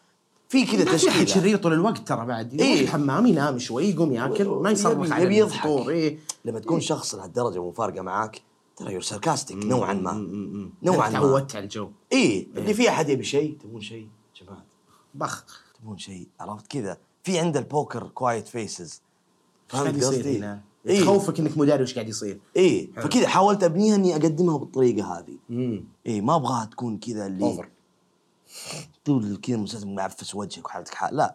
Speaker 2: في كذا
Speaker 3: لا في احد
Speaker 2: تشكيله
Speaker 3: شرير طول الوقت ترى بعد
Speaker 2: إيه.
Speaker 3: يروح الحمام ينام شوي يقوم ياكل ما يصرخ
Speaker 2: يبي-
Speaker 3: على
Speaker 2: يبي يضحك.
Speaker 3: الفطور، إيه.
Speaker 2: لما تكون شخص لهالدرجه مفارقه معاك ترى يور ساركاستيك نوعا ما نوعا
Speaker 3: نوعا
Speaker 2: ما
Speaker 3: تعودت على الجو
Speaker 2: ايه
Speaker 3: إيه.
Speaker 2: اللي في احد يبي شيء تبون شيء جماعه
Speaker 3: بخ
Speaker 2: تبون شيء عرفت كذا في عند البوكر كوايت فيسز
Speaker 3: ايش قاعد
Speaker 2: فهمت
Speaker 3: يصير
Speaker 2: قصدي؟
Speaker 3: هنا؟
Speaker 2: ايه
Speaker 3: تخوفك انك مو داري وش قاعد يصير
Speaker 2: ايه فكذا حاولت ابنيها اني اقدمها بالطريقه هذه ايه ما ابغاها تكون كذا اللي
Speaker 3: اوفر
Speaker 2: طول كذا المسلسل معفس وجهك وحالتك حال لا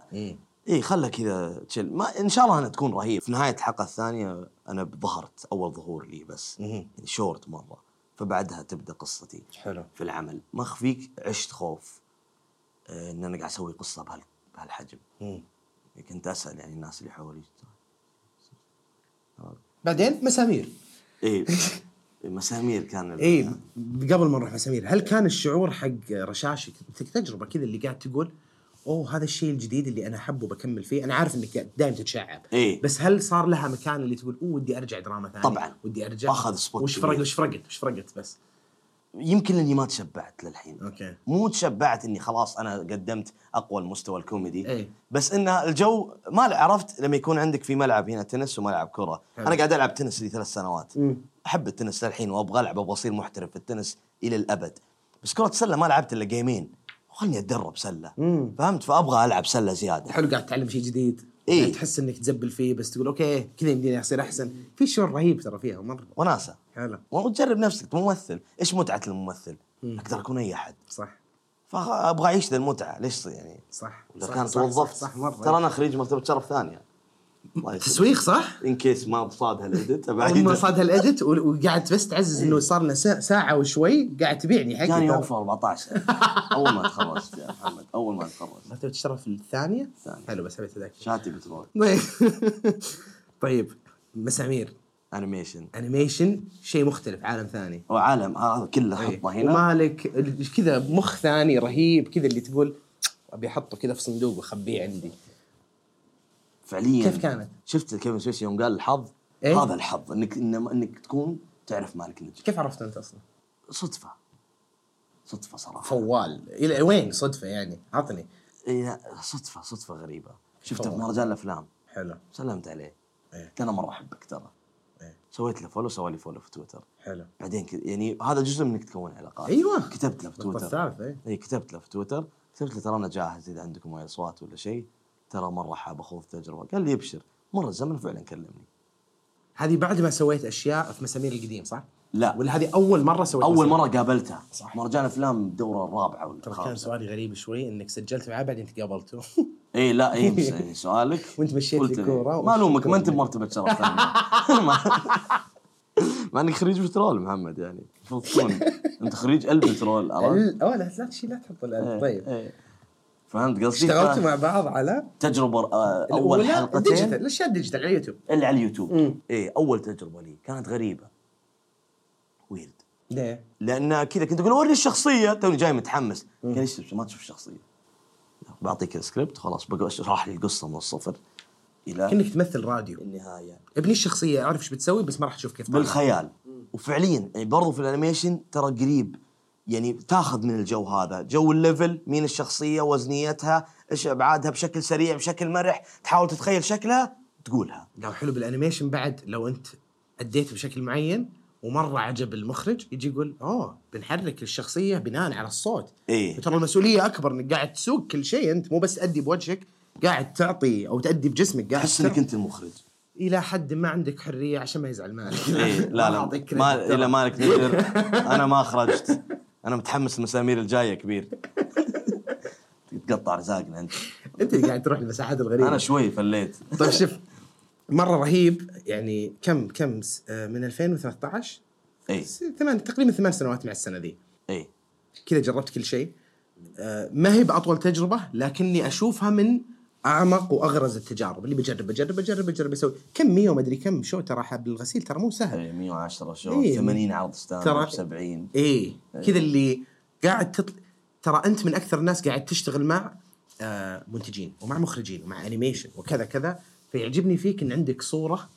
Speaker 2: ايه خلها كذا تشل ما ان شاء الله انها تكون رهيب في نهايه الحلقه الثانيه انا ظهرت اول ظهور لي بس يعني شورت مره فبعدها تبدا قصتي
Speaker 3: حلو.
Speaker 2: في العمل ما اخفيك عشت خوف آه، ان انا قاعد اسوي قصه بهال بهالحجم كنت اسال يعني الناس اللي حولي
Speaker 3: بعدين مسامير
Speaker 2: ايه مسامير كان ال-
Speaker 3: اي إيه، قبل ما نروح مسامير هل كان الشعور حق رشاشك تجربه كذا اللي قاعد تقول اوه هذا الشيء الجديد اللي انا احبه بكمل فيه انا عارف انك دائما تتشعب
Speaker 2: إيه.
Speaker 3: بس هل صار لها مكان اللي تقول اوه ودي ارجع دراما ثانيه
Speaker 2: طبعاً.
Speaker 3: ودي ارجع
Speaker 2: أخذ spot
Speaker 3: وش
Speaker 2: كبير.
Speaker 3: فرق وش فرقت وش فرقت بس
Speaker 2: يمكن اني ما تشبعت للحين
Speaker 3: أوكي.
Speaker 2: مو تشبعت اني خلاص انا قدمت اقوى المستوى الكوميدي
Speaker 3: إيه.
Speaker 2: بس ان الجو ما ل- عرفت لما يكون عندك في ملعب هنا تنس وملعب كره
Speaker 3: حلو.
Speaker 2: انا قاعد العب تنس لي ثلاث سنوات احب التنس للحين وابغى العب ابغى اصير محترف في التنس الى الابد بس كره السله ما لعبت الا جيمين خلني اتدرب سله فهمت فابغى العب سله زياده
Speaker 3: حلو قاعد تتعلم شيء جديد
Speaker 2: إيه.
Speaker 3: قاعد تحس انك تزبل فيه بس تقول اوكي كذا يمديني اصير احسن في شعور رهيب ترى فيها مره
Speaker 2: وناسه
Speaker 3: حلو
Speaker 2: وتجرب نفسك ممثل ايش متعه الممثل اقدر اكون اي احد
Speaker 3: صح
Speaker 2: فابغى اعيش ذا المتعه ليش يعني
Speaker 3: صح
Speaker 2: اذا
Speaker 3: صح،
Speaker 2: كان
Speaker 3: صح،
Speaker 2: توظفت
Speaker 3: صح، صح مره
Speaker 2: ترى انا خريج مرتبه شرف ثانيه الله يسلمك.
Speaker 3: تسويق صح؟
Speaker 2: ان كيس ما بصاد هالاديت
Speaker 3: اما
Speaker 2: بعيد
Speaker 3: صاد هالاديت و- وقعدت بس تعزز
Speaker 2: إيه.
Speaker 3: انه صار لنا سا- ساعه وشوي قاعد تبيعني حقي
Speaker 2: جاني
Speaker 3: ترى.
Speaker 2: اوفر 14 اول ما تخرجت يا محمد اول ما تخرجت
Speaker 3: مرتبة الشرف الثانية؟
Speaker 2: الثانية.
Speaker 3: حلو بس حبيت اذاكر
Speaker 2: شاتي بتروح
Speaker 3: طيب مسامير
Speaker 2: انيميشن
Speaker 3: انيميشن شيء مختلف عالم ثاني
Speaker 2: وعالم هذا كله
Speaker 3: إيه.
Speaker 2: حطه هنا
Speaker 3: ومالك ال- كذا مخ ثاني رهيب كذا اللي تقول ابي احطه كذا في صندوق واخبيه عندي
Speaker 2: فعليا
Speaker 3: كيف كانت؟
Speaker 2: شفت كيفن سبيسي يوم قال الحظ
Speaker 3: إيه؟
Speaker 2: هذا الحظ انك إنما انك تكون تعرف مالك النجم
Speaker 3: كيف عرفت انت اصلا؟
Speaker 2: صدفه صدفه صراحه
Speaker 3: فوال الى وين صدفه يعني عطني
Speaker 2: إيه صدفه صدفه غريبه شفته في
Speaker 3: فوال.
Speaker 2: مهرجان الافلام
Speaker 3: حلو
Speaker 2: سلمت عليه
Speaker 3: إيه.
Speaker 2: قلت انا مره احبك ترى
Speaker 3: إيه.
Speaker 2: سويت له فولو سوى لي فولو في تويتر
Speaker 3: حلو
Speaker 2: بعدين كذا يعني هذا جزء من انك تكون علاقات
Speaker 3: أيوة.
Speaker 2: كتبت له في
Speaker 3: النقطة
Speaker 2: تويتر
Speaker 3: الثالثة إيه.
Speaker 2: اي كتبت له في تويتر كتبت له ترى انا جاهز اذا عندكم اي اصوات ولا شيء ترى مره حاب اخوض التجربه قال لي ابشر مر الزمن فعلا كلمني
Speaker 3: هذه بعد ما سويت اشياء في مسامير القديم صح؟
Speaker 2: لا.
Speaker 3: ولا هذه اول مره سويت
Speaker 2: اول
Speaker 3: مسامير؟
Speaker 2: مره قابلته
Speaker 3: صح.
Speaker 2: مرجان افلام الدوره الرابعه ولا
Speaker 3: ترى كان
Speaker 2: الخامسه
Speaker 3: سؤالي غريب شوي انك سجلت معاه بعدين تقابلته
Speaker 2: اي لا اي بس يعني سؤالك
Speaker 3: وأنت مشيت
Speaker 2: قلت
Speaker 3: لي
Speaker 2: لي،
Speaker 3: كورة
Speaker 2: ما
Speaker 3: ومشيت
Speaker 2: الومك ما انت
Speaker 3: كورة.
Speaker 2: بمرتبه شرف ثانيه مع انك خريج بترول محمد يعني المفروض تكون انت خريج البترول عرفت؟
Speaker 3: ال- أو لا لا شيء لا تحط الآن
Speaker 2: إيه،
Speaker 3: طيب
Speaker 2: إيه. فهمت قصدي؟
Speaker 3: اشتغلتوا
Speaker 2: ف-
Speaker 3: مع بعض على
Speaker 2: تجربه آه، اول
Speaker 3: الأولى
Speaker 2: حلقتين
Speaker 3: الديجيتال الاشياء الديجيتال على اليوتيوب
Speaker 2: الا على اليوتيوب
Speaker 3: مم.
Speaker 2: اي اول تجربه لي كانت غريبه ويرد
Speaker 3: ليه؟
Speaker 2: لان كذا كنت اقول ورني الشخصيه توني جاي متحمس قال لي "إيش ما تشوف الشخصيه بعطيك السكريبت خلاص بقى اشرح لي القصه من الصفر الى
Speaker 3: كانك تمثل راديو
Speaker 2: النهايه
Speaker 3: ابني الشخصيه اعرف ايش بتسوي بس ما راح تشوف كيف طالع.
Speaker 2: بالخيال وفعليا يعني برضو في الانيميشن ترى قريب يعني تاخذ من الجو هذا جو الليفل مين الشخصيه وزنيتها ايش ابعادها بشكل سريع بشكل مرح تحاول تتخيل شكلها تقولها
Speaker 3: لو حلو بالانيميشن بعد لو انت اديته بشكل معين ومره عجب المخرج يجي يقول اوه بنحرك الشخصيه بناء على الصوت
Speaker 2: إيه.
Speaker 3: وترى المسؤوليه اكبر انك قاعد تسوق كل شيء انت مو بس تادي بوجهك قاعد تعطي او تادي بجسمك قاعد
Speaker 2: تحس انك
Speaker 3: تعطي.
Speaker 2: انت المخرج
Speaker 3: الى حد ما عندك حريه عشان ما يزعل مالك
Speaker 2: إيه لا لا
Speaker 3: أعطيك
Speaker 2: ما
Speaker 3: كريدت ترى.
Speaker 2: الا مالك نجر انا ما اخرجت انا متحمس المسامير الجايه كبير تقطع رزاقنا انت
Speaker 3: انت اللي قاعد تروح للمساحات الغريبه
Speaker 2: انا شوي فليت
Speaker 3: طيب شوف مره رهيب يعني كم كم س- آه، من 2013
Speaker 2: اي
Speaker 3: س- ثمان تقريبا ثمان سنوات مع السنه ذي
Speaker 2: اي
Speaker 3: كذا جربت كل شيء آه، ما هي باطول تجربه لكني اشوفها من اعمق واغرز التجارب اللي بجرب بجرب بجرب بجرب اسوي كم 100 وما ادري كم شو ترى حب الغسيل ترى مو سهل
Speaker 2: إي، 110 شو
Speaker 3: إيه.
Speaker 2: 80 عرض ستاند 70
Speaker 3: ايه
Speaker 2: إيه.
Speaker 3: كذا اللي قاعد تطل... ترى انت من اكثر الناس قاعد تشتغل مع آه منتجين ومع مخرجين ومع انيميشن وكذا كذا فيعجبني فيك ان عندك صوره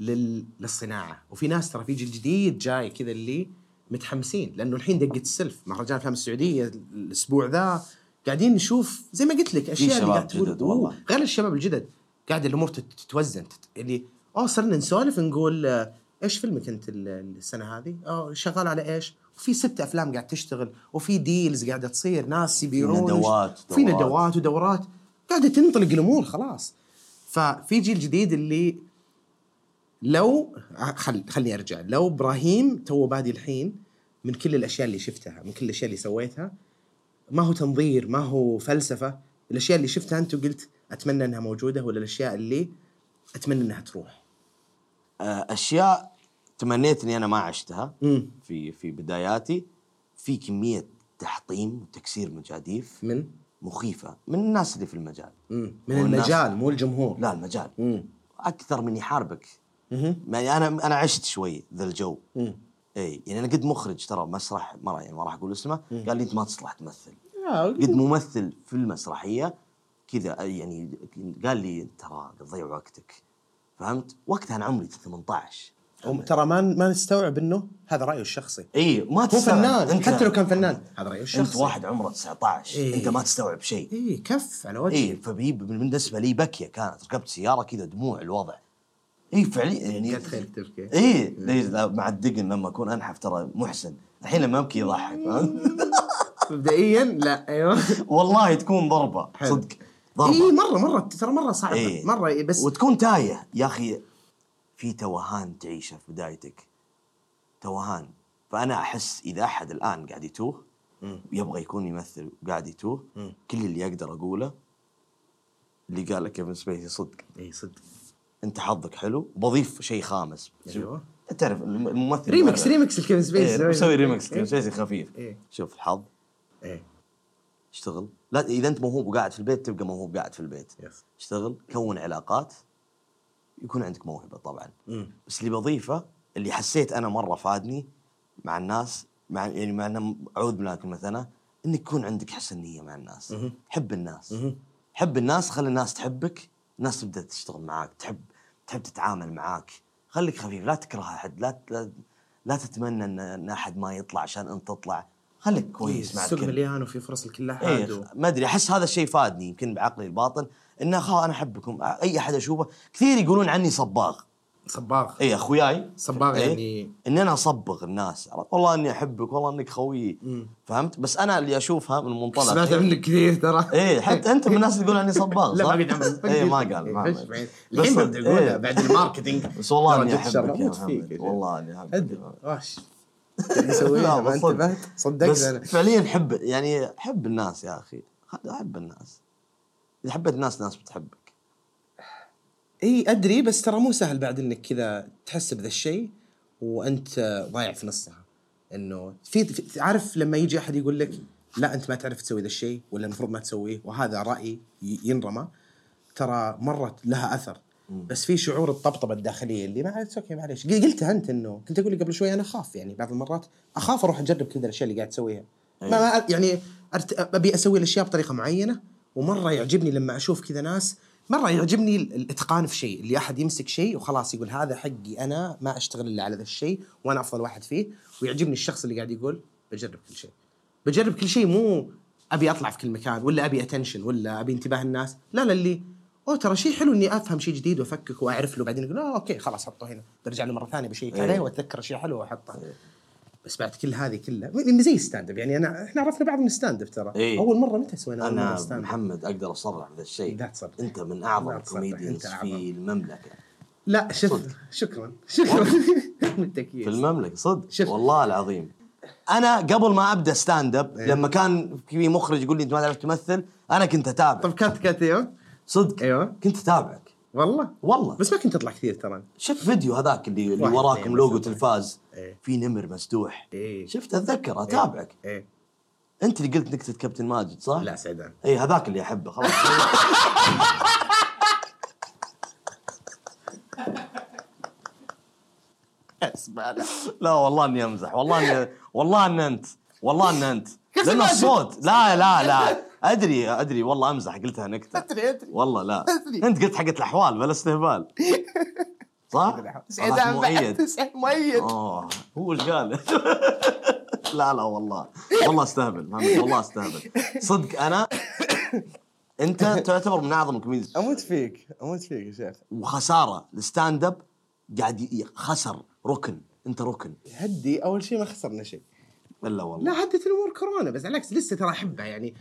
Speaker 3: لل... للصناعه وفي ناس ترى في جيل جديد جاي كذا اللي متحمسين لانه الحين دقه السلف مهرجان افلام السعوديه الاسبوع ذا قاعدين نشوف زي ما قلت لك اشياء اللي
Speaker 2: شباب
Speaker 3: قاعد تقول
Speaker 2: جدد والله.
Speaker 3: أوه، غير الشباب الجدد قاعد الامور تت- تتوزن تت- اللي اه صرنا نسولف نقول آه، ايش فيلمك انت ال- السنه هذه؟ اه شغال على ايش؟ وفي ست افلام قاعد تشتغل وفي ديلز قاعده تصير ناس يبيعون
Speaker 2: ندوات،
Speaker 3: في
Speaker 2: دورات.
Speaker 3: ندوات ودورات قاعده تنطلق الامور خلاص ففي جيل جديد اللي لو آه، خل... خلني ارجع لو ابراهيم تو بادي الحين من كل الاشياء اللي شفتها من كل الاشياء اللي سويتها ما هو تنظير ما هو فلسفه الاشياء اللي شفتها انت وقلت اتمنى انها موجوده ولا الاشياء اللي اتمنى انها تروح
Speaker 2: آه، اشياء تمنيت اني انا ما عشتها
Speaker 3: مم.
Speaker 2: في في بداياتي في كميه تحطيم وتكسير مجاديف
Speaker 3: من
Speaker 2: مخيفه من الناس اللي في المجال
Speaker 3: مم. من
Speaker 2: والناس-
Speaker 3: المجال مو الجمهور
Speaker 2: لا المجال
Speaker 3: مم.
Speaker 2: اكثر من يحاربك
Speaker 3: مهم.
Speaker 2: يعني انا انا عشت شوي ذا الجو
Speaker 3: مم.
Speaker 2: اي يعني انا قد مخرج ترى مسرح ما راح يعني ما راح اقول اسمه قال لي انت ما تصلح تمثل
Speaker 3: آه،
Speaker 2: قد ممثل في المسرحيه كذا يعني قال لي ترى تضيع وقتك فهمت؟ وقتها انا عمري 18
Speaker 3: وم- ترى ما ما نستوعب انه هذا رايه الشخصي
Speaker 2: اي ما
Speaker 3: هو
Speaker 2: تستوعب
Speaker 3: فنان
Speaker 2: انت
Speaker 3: حتى لو كان فنان هذا رايه
Speaker 2: انت
Speaker 3: الشخصي
Speaker 2: واحد عمره 19
Speaker 3: إيه.
Speaker 2: انت ما تستوعب شيء
Speaker 3: اي كف على وجهي
Speaker 2: اي إيه، فبي بالنسبه لي بكيه كانت ركبت سياره كذا دموع الوضع اي فعليا يعني
Speaker 3: قاعد تخيل تبكي إيه.
Speaker 2: ايه ليش لا، مع الدقن لما اكون انحف ترى محسن الحين لما ابكي يضحك فاهم؟
Speaker 3: مبدئيا لا ايوه
Speaker 2: والله تكون ضربه
Speaker 3: حلو.
Speaker 2: صدق
Speaker 3: اي
Speaker 2: ضربه
Speaker 3: مره مره إيه، ترى مره صعبه
Speaker 2: إيه.
Speaker 3: مره إيه، بس
Speaker 2: وتكون تايه يا اخي في توهان تعيشه في بدايتك توهان فانا احس اذا احد الان قاعد يتوه يبغى يكون يمثل وقاعد يتوه كل اللي اقدر اقوله اللي قاله كيفن سبيسي صدق
Speaker 3: اي إيه، صدق
Speaker 2: انت حظك حلو بضيف شيء خامس
Speaker 3: أيوه.
Speaker 2: تعرف الم- الممثل
Speaker 3: ريمكس
Speaker 2: المرة-
Speaker 3: ريمكس الكيفن سبيس
Speaker 2: إيه، مسوي ريمكس كيفن سبيسي خفيف
Speaker 3: إيه.
Speaker 2: شوف الحظ
Speaker 3: ايه
Speaker 2: اشتغل لا اذا انت موهوب وقاعد في البيت تبقى موهوب قاعد في البيت
Speaker 3: يس
Speaker 2: اشتغل كون علاقات يكون عندك موهبه طبعا بس اللي بضيفه اللي حسيت انا مره فادني مع الناس مع يعني مع إن- اعوذ بالله من كلمه انا انك يكون عندك حسن نيه مع الناس حب الناس حب الناس خلي الناس تحبك الناس تبدا تشتغل معاك تحب تحب تتعامل معاك خليك خفيف لا تكره احد لا لا, لا تتمنى ان ان احد ما يطلع عشان انت تطلع خليك كويس مع
Speaker 3: السوق
Speaker 2: الكل
Speaker 3: مليان وفي فرص لكل احد
Speaker 2: إيه
Speaker 3: و-
Speaker 2: ما ادري احس هذا الشيء فادني يمكن بعقلي الباطن انه خلاص انا احبكم اي احد اشوفه كثير يقولون عني صباغ
Speaker 3: صباغ
Speaker 2: اي اخوياي
Speaker 3: صباغ
Speaker 2: إيه؟
Speaker 3: يعني-
Speaker 2: ان انا اصبغ الناس عرفت؟ والله اني احبك والله انك خويي فهمت بس انا اللي اشوفها من منطلق
Speaker 3: سمعت منك كثير ترى
Speaker 2: ايه حتى انت من الناس اللي تقول عني صباغ
Speaker 3: لا
Speaker 2: صح؟
Speaker 3: ما قد عمل
Speaker 2: ايه ما قال ما
Speaker 3: إيش
Speaker 2: عمل.
Speaker 3: بعيد؟
Speaker 2: بس-
Speaker 3: الحين ببدا
Speaker 2: إيه.
Speaker 3: اقولها بعد الماركتينج
Speaker 2: بس والله اني
Speaker 3: درجة شر.
Speaker 2: احبك يا
Speaker 3: أموت فيك
Speaker 2: محمد
Speaker 3: يا
Speaker 2: والله اني احبك يا
Speaker 4: أدري.
Speaker 2: محمد.
Speaker 4: واش
Speaker 2: لا،
Speaker 4: مسويها ما
Speaker 2: بالصدق.
Speaker 4: انتبهت صدقت
Speaker 2: بس
Speaker 4: انا
Speaker 2: فعليا حب يعني حب الناس يا اخي خل- احب الناس اذا حبيت الناس الناس بتحبك
Speaker 3: اي ادري بس ترى مو سهل بعد انك كذا تحس بذا الشيء وانت آه، ضايع في نصها انه في في- عارف لما يجي احد يقول لك لا انت ما تعرف تسوي ذا الشيء ولا المفروض ما تسويه وهذا راي ي- ينرمى ترى مرت لها اثر بس في شعور الطبطبه الداخليه اللي ما عاد اوكي معليش قل- قلتها انت انه كنت اقول لك قبل شوي انا اخاف يعني بعض المرات اخاف اروح اجرب كل ذا الاشياء اللي قاعد اسويها ما ما- يعني أرت... ابي اسوي الاشياء بطريقه معينه ومره يعجبني لما اشوف كذا ناس مره يعجبني ال- الاتقان في شيء اللي احد يمسك شيء وخلاص يقول هذا حقي انا ما اشتغل الا على ذا الشيء وانا افضل واحد فيه ويعجبني الشخص اللي قاعد يقول بجرب كل شيء بجرب كل شيء مو ابي اطلع في كل مكان ولا ابي اتنشن ولا ابي انتباه الناس لا لا اللي اوه ترى شيء حلو اني افهم شيء جديد وافكك واعرف له بعدين اقول اه اوكي خلاص حطه هنا برجع له مره ثانيه بشيك عليه واتذكر اشياء حلوه واحطها بس بعد كل هذه كلها لأن زي ستاند اب يعني انا احنا عرفنا بعض من ستاند اب ترى
Speaker 2: إيه.
Speaker 3: اول مره متى سوينا اول مره
Speaker 2: انا
Speaker 3: ستاند اب
Speaker 2: محمد اقدر اصرح بهذا الشيء
Speaker 3: لا تصرح.
Speaker 2: انت من
Speaker 3: لا
Speaker 2: اعظم
Speaker 3: تصرح، أنت
Speaker 2: الكوميديانز
Speaker 3: أعظم.
Speaker 2: في المملكه
Speaker 3: لا شوف شكرا شكرا
Speaker 2: في
Speaker 3: بالتاكيد
Speaker 2: المملكه صدق
Speaker 3: شوف.
Speaker 2: والله العظيم إيه. انا قبل ما ابدا ستاند اب لما كان في مخرج يقول لي انت ما تعرف تمثل انا كنت اتابع
Speaker 3: طب كات كات ايوه
Speaker 2: صدق
Speaker 3: أيوة.
Speaker 2: كنت اتابعك
Speaker 3: والله
Speaker 2: والله
Speaker 3: بس ما كنت اطلع كثير ترى
Speaker 2: شفت فيديو هذاك اللي, اللي
Speaker 3: واحد
Speaker 2: وراكم
Speaker 3: اثنين
Speaker 2: لوجو
Speaker 3: مثلاً.
Speaker 2: تلفاز
Speaker 3: إيه.
Speaker 2: في نمر مسدوح
Speaker 3: إيه.
Speaker 2: شفت اتذكر اتابعك
Speaker 3: ايه
Speaker 2: انت اللي قلت نكته كابتن ماجد صح؟
Speaker 3: لا سعدان
Speaker 2: اي هذاك اللي احبه خلاص اسمع لا. لا والله اني امزح والله اني والله ان انت والله ان انت لان الصوت لا لا لا ادري ادري والله امزح قلتها نكته ادري ادري والله لا انت قلت حقت الاحوال بلا استهبال صح؟ سعيد مؤيد مؤيد اوه هو ايش قال؟ لا لا والله والله استهبل محمد، والله استهبل صدق انا انت تعتبر من اعظم الكوميديز
Speaker 4: اموت فيك اموت فيك يا شيخ
Speaker 2: وخساره الستاند اب قاعد ي- خسر ركن انت ركن
Speaker 4: هدي اول شيء ما خسرنا شيء
Speaker 2: الا والله
Speaker 3: لا هدت الامور كورونا بس على العكس لسه ترى احبها يعني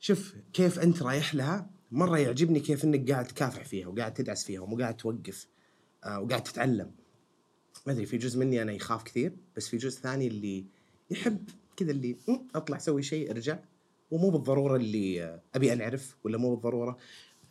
Speaker 3: شوف كيف انت رايح لها مره يعجبني كيف انك قاعد تكافح فيها وقاعد تدعس فيها ومو قاعد توقف آه وقاعد تتعلم ما ادري في جزء مني انا يخاف كثير بس في جزء ثاني اللي يحب كذا اللي "م، اطلع سوي شيء ارجع ومو بالضروره اللي آه، ابي انعرف ولا مو بالضروره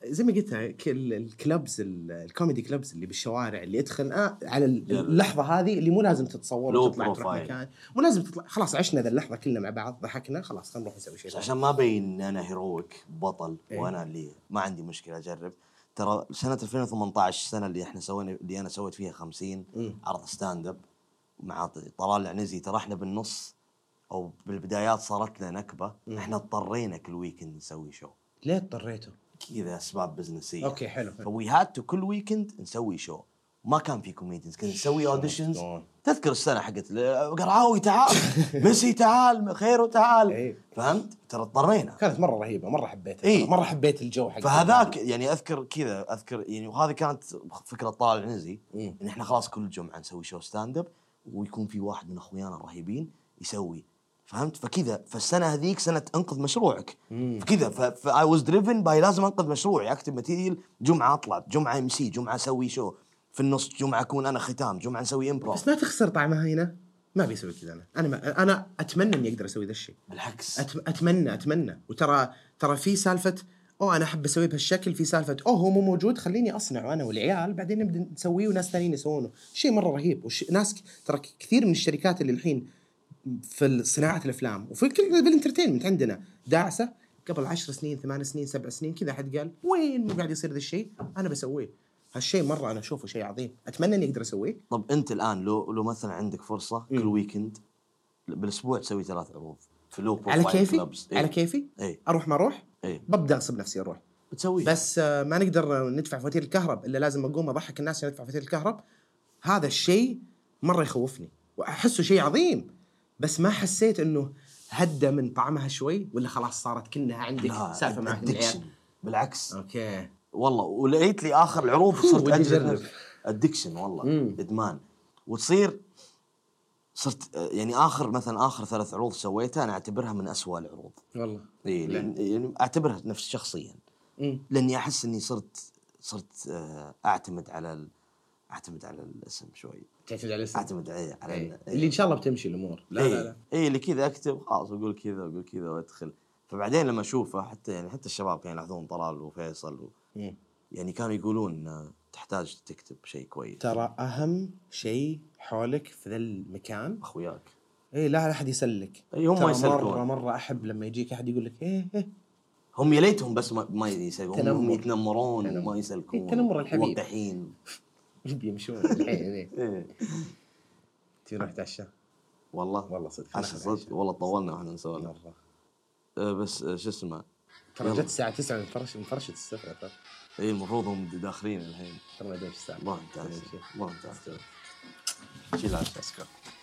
Speaker 3: زي ما قلت لك، ال- الكلبز ال- الكوميدي كلبز اللي بالشوارع اللي ادخل آه على اللحظه هذه اللي مو لازم تتصور
Speaker 2: لو
Speaker 3: وتطلع تروح
Speaker 2: بروفايل.
Speaker 3: مكان مو لازم تطلع خلاص عشنا ذا اللحظه كلنا مع بعض ضحكنا خلاص خلينا نروح نسوي شيء
Speaker 2: بس عشان ما ابين ان انا هيرويك بطل
Speaker 3: إيه.
Speaker 2: وانا اللي ما عندي مشكله اجرب ترى سنه 2018 السنه اللي احنا سوينا اللي انا سويت فيها 50 عرض ستاند اب مع طلال العنزي ترى احنا بالنص او بالبدايات صارت لنا نكبه احنا اضطرينا كل ويكند نسوي شو
Speaker 3: ليه اضطريته؟
Speaker 2: كذا اسباب بزنسيه
Speaker 3: اوكي حلو
Speaker 2: فوي هاد تو كل ويكند نسوي شو ما كان في كوميديانز كنا نسوي اوديشنز تذكر السنه حقت ال- قرعاوي تعال ميسي تعال خيرو تعال
Speaker 3: إيه.
Speaker 2: فهمت ترى اضطرينا
Speaker 3: كانت مره رهيبه مره حبيتها
Speaker 2: إيه.
Speaker 3: مره حبيت الجو حق
Speaker 2: فهذاك يعني اذكر كذا اذكر يعني وهذه كانت فكره طلال العنزي ان احنا خلاص كل جمعه نسوي شو ستاند اب ويكون في واحد من اخويانا الرهيبين يسوي فهمت فكذا فالسنه هذيك سنه انقذ مشروعك فكذا فاي واز دريفن باي لازم انقذ مشروعي اكتب ماتيريال جمعه اطلع جمعه ام سي جمعه اسوي شو في النص جمعه اكون انا ختام جمعه نسوي امبروف
Speaker 3: بس ما تخسر طعمها هنا ما بيسوي كذا انا انا ما انا اتمنى اني اقدر اسوي ذا الشيء
Speaker 2: بالعكس
Speaker 3: أت- اتمنى اتمنى وترى ترى في سالفه اوه انا احب اسويه بهالشكل في سالفه اوه هو مو موجود خليني اصنعه انا والعيال بعدين نبدا نسويه وناس ثانيين يسوونه شيء مره رهيب وش ناس ك- ترى ك- كثير من الشركات اللي الحين في ال- صناعه الافلام وفي كل بالانترتينمنت عندنا داعسه قبل 10 سنين ثمان سنين سبع سنين كذا حد قال وين مو قاعد يصير ذا الشيء انا بسويه هالشيء مره انا اشوفه شيء عظيم اتمنى اني اقدر اسويه
Speaker 2: طب انت الان لو لو مثلا عندك فرصه كل ويكند بالاسبوع تسوي ثلاث عروض في لو
Speaker 3: على
Speaker 2: بروفايل
Speaker 3: كيفي
Speaker 2: كلبز. إيه.
Speaker 3: على كيفي
Speaker 2: إيه.
Speaker 3: اروح ما اروح
Speaker 2: إيه.
Speaker 3: ببدا اغصب نفسي اروح
Speaker 2: بتسوي
Speaker 3: بس آه، ما نقدر آه، ندفع فواتير الكهرب الا لازم اقوم اضحك الناس عشان ادفع فواتير الكهرب هذا الشيء مره يخوفني واحسه شيء عظيم بس ما حسيت انه هدى من طعمها شوي ولا خلاص صارت كانها عندك
Speaker 2: لا،
Speaker 3: سالفه مع
Speaker 2: addiction.
Speaker 3: العيال؟
Speaker 2: بالعكس
Speaker 3: اوكي
Speaker 2: والله ولقيت لي اخر العروض وصرت
Speaker 3: ودي
Speaker 2: أجرب
Speaker 3: أجرب.
Speaker 2: نفسي. ادكشن والله ادمان وتصير صرت آه، يعني اخر مثلا اخر ثلاث عروض سويتها انا اعتبرها من أسوأ العروض
Speaker 3: والله
Speaker 2: إيه لأن- يعني اعتبرها نفسي شخصيا لاني احس اني صرت صرت آه، اعتمد على ال- اعتمد على الاسم شوي
Speaker 3: تعتمد على الاسم
Speaker 2: اعتمد على على
Speaker 3: إيه.
Speaker 2: ال-
Speaker 3: اللي ان شاء الله بتمشي الامور لا
Speaker 2: اي
Speaker 3: لا لا
Speaker 2: اي إيه، اللي كذا اكتب خلاص اقول كذا اقول كذا وادخل فبعدين لما اشوفه حتى يعني حتى الشباب كانوا يلاحظون طلال وفيصل و يعني كانوا يقولون آه، تحتاج تكتب شيء كويس
Speaker 3: ترى اهم شيء حولك في ذا المكان
Speaker 2: اخوياك
Speaker 3: اي لا لا احد يسلك
Speaker 2: إي، إيه، هم
Speaker 3: ترى
Speaker 2: ما يسلكون.
Speaker 3: مره مره احب لما يجيك احد يقول لك ايه ايه
Speaker 2: هم يا ليتهم بس ما, ما يسلكون هم- هم
Speaker 3: تنمر.
Speaker 2: يتنمرون
Speaker 3: تنمر.
Speaker 2: وما يسلكون
Speaker 3: التنمر الحبيب.
Speaker 2: وضحين
Speaker 3: بيمشون الحين إيه.
Speaker 2: إيه.
Speaker 3: تبي نروح نتعشى
Speaker 2: والله
Speaker 3: والله صدق.
Speaker 2: عشان صدق والله طولنا واحنا نسولف
Speaker 3: مره
Speaker 2: آه، بس آه، شو اسمه
Speaker 3: ترى جت الساعه 9 مفرش مفرشه السفره ترى
Speaker 2: اي إيه، المفروض هم داخلين الحين
Speaker 3: ترى ما ادري ايش الساعه
Speaker 2: والله ممتاز والله ممتاز شيل العشاء